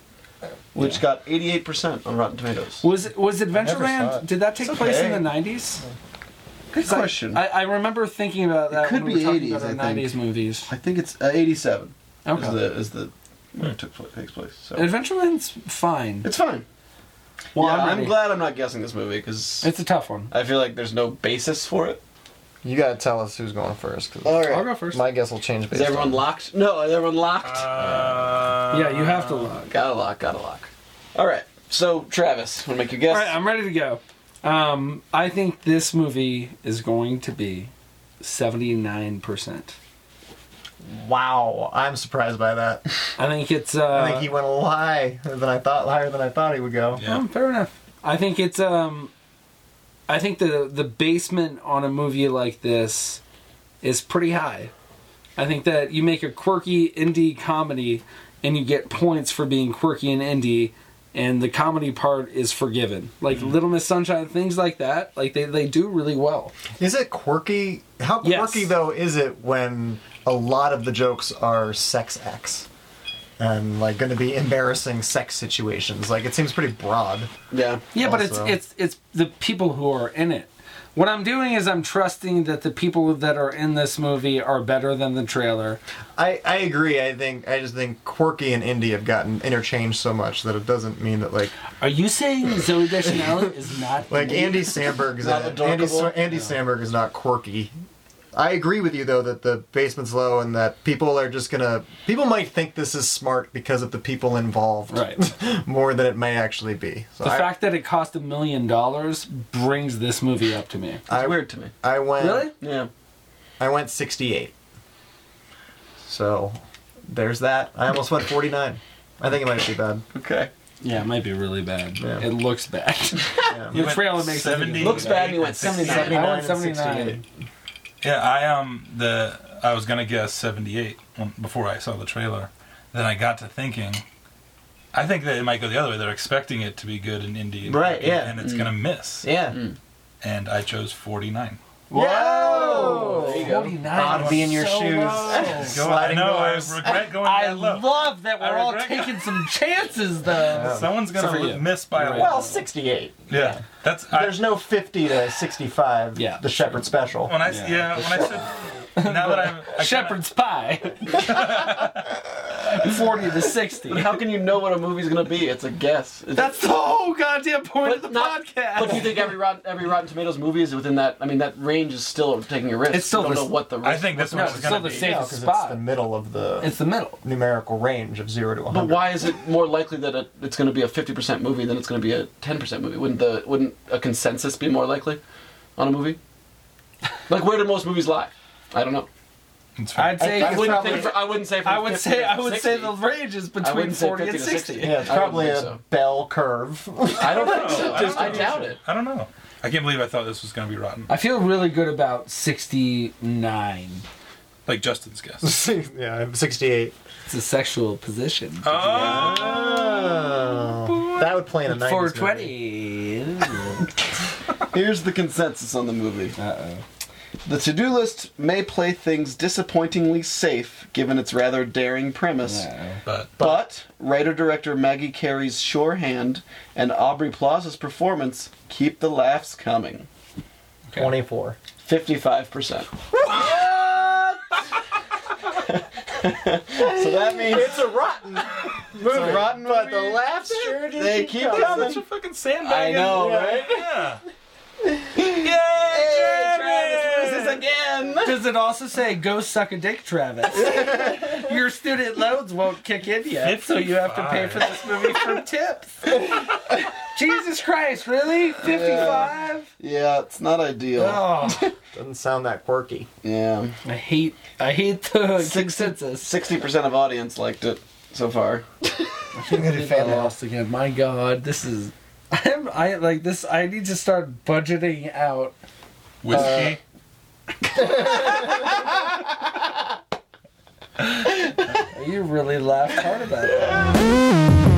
Speaker 1: which got 88% on Rotten Tomatoes.
Speaker 2: Was was
Speaker 4: saw
Speaker 2: Adventureland?
Speaker 4: it.
Speaker 2: Did that take place in
Speaker 1: okay.
Speaker 2: the nineties?
Speaker 1: Good question.
Speaker 2: I, I remember thinking about that
Speaker 1: could
Speaker 2: when
Speaker 1: be
Speaker 2: we were
Speaker 1: 80s,
Speaker 2: talking about
Speaker 1: I
Speaker 2: our
Speaker 1: think.
Speaker 2: nineties movies.
Speaker 1: I think it's uh, 87 is
Speaker 2: Okay.
Speaker 1: the is the where it took, pla- takes place. So
Speaker 2: Adventureland's fine.
Speaker 1: it's fine.
Speaker 2: Well,
Speaker 1: yeah,
Speaker 2: I'm,
Speaker 1: I'm,
Speaker 2: ready.
Speaker 1: glad I'm not guessing this movie because
Speaker 2: It's a tough one.
Speaker 1: I feel like there's no basis for it.
Speaker 4: it. You gotta tell us who's going first. 'cause
Speaker 2: I'll go first.
Speaker 4: My guess will change
Speaker 1: Is
Speaker 4: based
Speaker 1: everyone
Speaker 4: on-
Speaker 1: locked? No, is everyone locked?
Speaker 2: Uh,
Speaker 1: Uh,
Speaker 2: yeah, you have to look.
Speaker 1: gotta lock. Gotta lock. All right. So Travis, wanna make your guess?
Speaker 2: All right, I'm ready to go. Um, I think this movie is going to be seventy nine percent.
Speaker 4: Wow, I'm surprised by that.
Speaker 2: I think it's. Uh,
Speaker 4: I think he went a little high than I thought, higher than I thought he would go.
Speaker 3: Yeah.
Speaker 2: Oh, fair enough. I think it's um, I think the the basement on a movie like this is pretty high. I think that you make a quirky indie comedy and you get points for being quirky and indie, and the comedy part is forgiven. Like Little Miss Sunshine, things like that. Like they they do really well.
Speaker 4: Is it quirky? How
Speaker 2: Yes.
Speaker 4: quirky though is it when a lot of the jokes are sex acts and like going to be embarrassing sex situations? Like it seems pretty broad.
Speaker 1: Yeah.
Speaker 2: Yeah, but it's
Speaker 4: Also-
Speaker 2: it's it's the people who are in it. What I'm doing is I'm trusting that the people that are in this movie are better than the trailer.
Speaker 4: I, I agree. I think I just think quirky and indie have gotten interchanged so much that it doesn't mean that like
Speaker 2: Are you saying Zoe Deschanel is not
Speaker 4: like Andy Samberg is
Speaker 1: Not
Speaker 4: not Andy,
Speaker 1: adorable.
Speaker 4: Sa- Andy Samberg is not quirky. I agree with you though that the basement's low and that people are just gonna people might think this is smart because of the people involved
Speaker 2: Right.
Speaker 4: more than it may actually be. So
Speaker 2: The
Speaker 4: I,
Speaker 2: fact that it cost a million dollars brings this movie up to me.
Speaker 4: I,
Speaker 1: It's weird to me.
Speaker 4: I went
Speaker 1: Yeah.
Speaker 4: I went 68. So there's that. I almost went 49. I think it might be bad.
Speaker 1: Okay.
Speaker 2: Yeah, it might be really bad.
Speaker 4: Yeah.
Speaker 2: It looks bad.
Speaker 4: Yeah.
Speaker 2: Your trailer makes it
Speaker 3: seventy.
Speaker 1: Looks bad. and You went 79.
Speaker 4: 79
Speaker 2: I went
Speaker 4: and
Speaker 2: 79.
Speaker 3: Yeah, I um the I was gonna guess seventy eight before I saw the trailer. Then I got to thinking, I think that it might go the other way. They're expecting it to be good in indie, and
Speaker 4: Right,
Speaker 3: quirky,
Speaker 4: yeah.
Speaker 3: and it's gonna miss.
Speaker 4: Yeah.
Speaker 3: And I chose forty nine.
Speaker 4: Whoa!
Speaker 1: There you go.
Speaker 2: 49
Speaker 4: I'd be in your shoes.
Speaker 3: I
Speaker 4: Sliding
Speaker 3: know.
Speaker 4: doors.
Speaker 3: I regret going
Speaker 2: I
Speaker 3: that low.
Speaker 2: love that we're
Speaker 3: I
Speaker 2: all
Speaker 3: regret-
Speaker 2: taking some chances, though.
Speaker 3: Someone's gonna
Speaker 2: Except for you.
Speaker 3: miss by
Speaker 2: You're
Speaker 3: a
Speaker 2: right.
Speaker 3: lot.
Speaker 4: Well, 68.
Speaker 3: Yeah, that's I,
Speaker 4: There's no 50 to 65.
Speaker 2: Yeah.
Speaker 4: The Shepherd Special.
Speaker 3: when I s-
Speaker 2: Yeah.
Speaker 3: yeah, when I said Now that I'm I
Speaker 2: Shepherd's pie. 40 to 60.
Speaker 6: How can you know what a movie's gonna be? It's a guess. It's,
Speaker 2: That's the whole goddamn point of the
Speaker 6: but not,
Speaker 2: podcast.
Speaker 6: But you think every Rotten, every Rotten Tomatoes movie is within that? I mean, that range is still taking a risk.
Speaker 2: It's still
Speaker 6: you don't
Speaker 2: the-
Speaker 6: know what the risk.
Speaker 3: I think this
Speaker 2: no,
Speaker 3: one's
Speaker 2: it's still the
Speaker 3: gonna be.
Speaker 4: Yeah,
Speaker 2: safest
Speaker 4: because it's
Speaker 2: spot.
Speaker 4: the middle of the
Speaker 2: it's the middle.
Speaker 4: numerical range of zero to one
Speaker 6: But
Speaker 4: hundred.
Speaker 6: why is it more likely that it, it's going to be a fifty percent movie than it's going to be a ten percent movie? Wouldn't the wouldn't a consensus be more likely on a movie? Like where do most movies lie? I don't know.
Speaker 3: It's fine.
Speaker 2: I'd say
Speaker 6: I
Speaker 4: think-
Speaker 2: I,
Speaker 4: it's
Speaker 6: wouldn't,
Speaker 4: probably-
Speaker 6: think for, I wouldn't say. From
Speaker 2: would
Speaker 6: 50
Speaker 2: say
Speaker 6: to
Speaker 2: I would say
Speaker 6: 60.
Speaker 2: the range is
Speaker 6: I
Speaker 2: between
Speaker 6: wouldn't say
Speaker 2: 40 and
Speaker 6: 50 to
Speaker 2: 60.
Speaker 6: 60.
Speaker 4: Yeah, it's
Speaker 6: I don't
Speaker 4: probably a
Speaker 6: think so.
Speaker 4: bell curve.
Speaker 6: I don't think so.
Speaker 3: I don't
Speaker 6: I,
Speaker 3: think
Speaker 6: doubt it.
Speaker 3: I don't know. I can't believe I thought this was gonna be rotten.
Speaker 2: I feel really good about 69.
Speaker 3: Like Justin's guess.
Speaker 4: yeah, I'm 68.
Speaker 2: It's a sexual position.
Speaker 3: Oh,
Speaker 4: Oh, that would play in a 90s
Speaker 2: 420.
Speaker 1: Here's the consensus on the movie.
Speaker 2: Uh oh.
Speaker 1: The to-do list may play things disappointingly safe given its rather daring premise.
Speaker 3: but
Speaker 1: But writer-director Maggie Carey's sure hand and Aubrey Plaza's performance keep the laughs coming.
Speaker 4: movie. 24.
Speaker 1: 55%. so that means
Speaker 4: It's a rotten movie. rotten, but the laughs sure do
Speaker 1: they keep coming.
Speaker 3: a fucking sandbag.
Speaker 1: I know, right?
Speaker 3: Yeah.
Speaker 2: Does it also say go suck a dick, Travis? Your student loans won't kick in yet, so you have to pay for this movie from tips. Jesus Christ, really? 55?
Speaker 1: Yeah, it's not ideal.
Speaker 2: Oh,
Speaker 4: Doesn't sound that quirky.
Speaker 1: Yeah.
Speaker 2: I hate I hate the consensus.
Speaker 1: 60% of audience liked it so far.
Speaker 2: lost again. My God, this is I am I like this I need to start budgeting out
Speaker 3: Whiskey.
Speaker 2: You really laughed hard about that.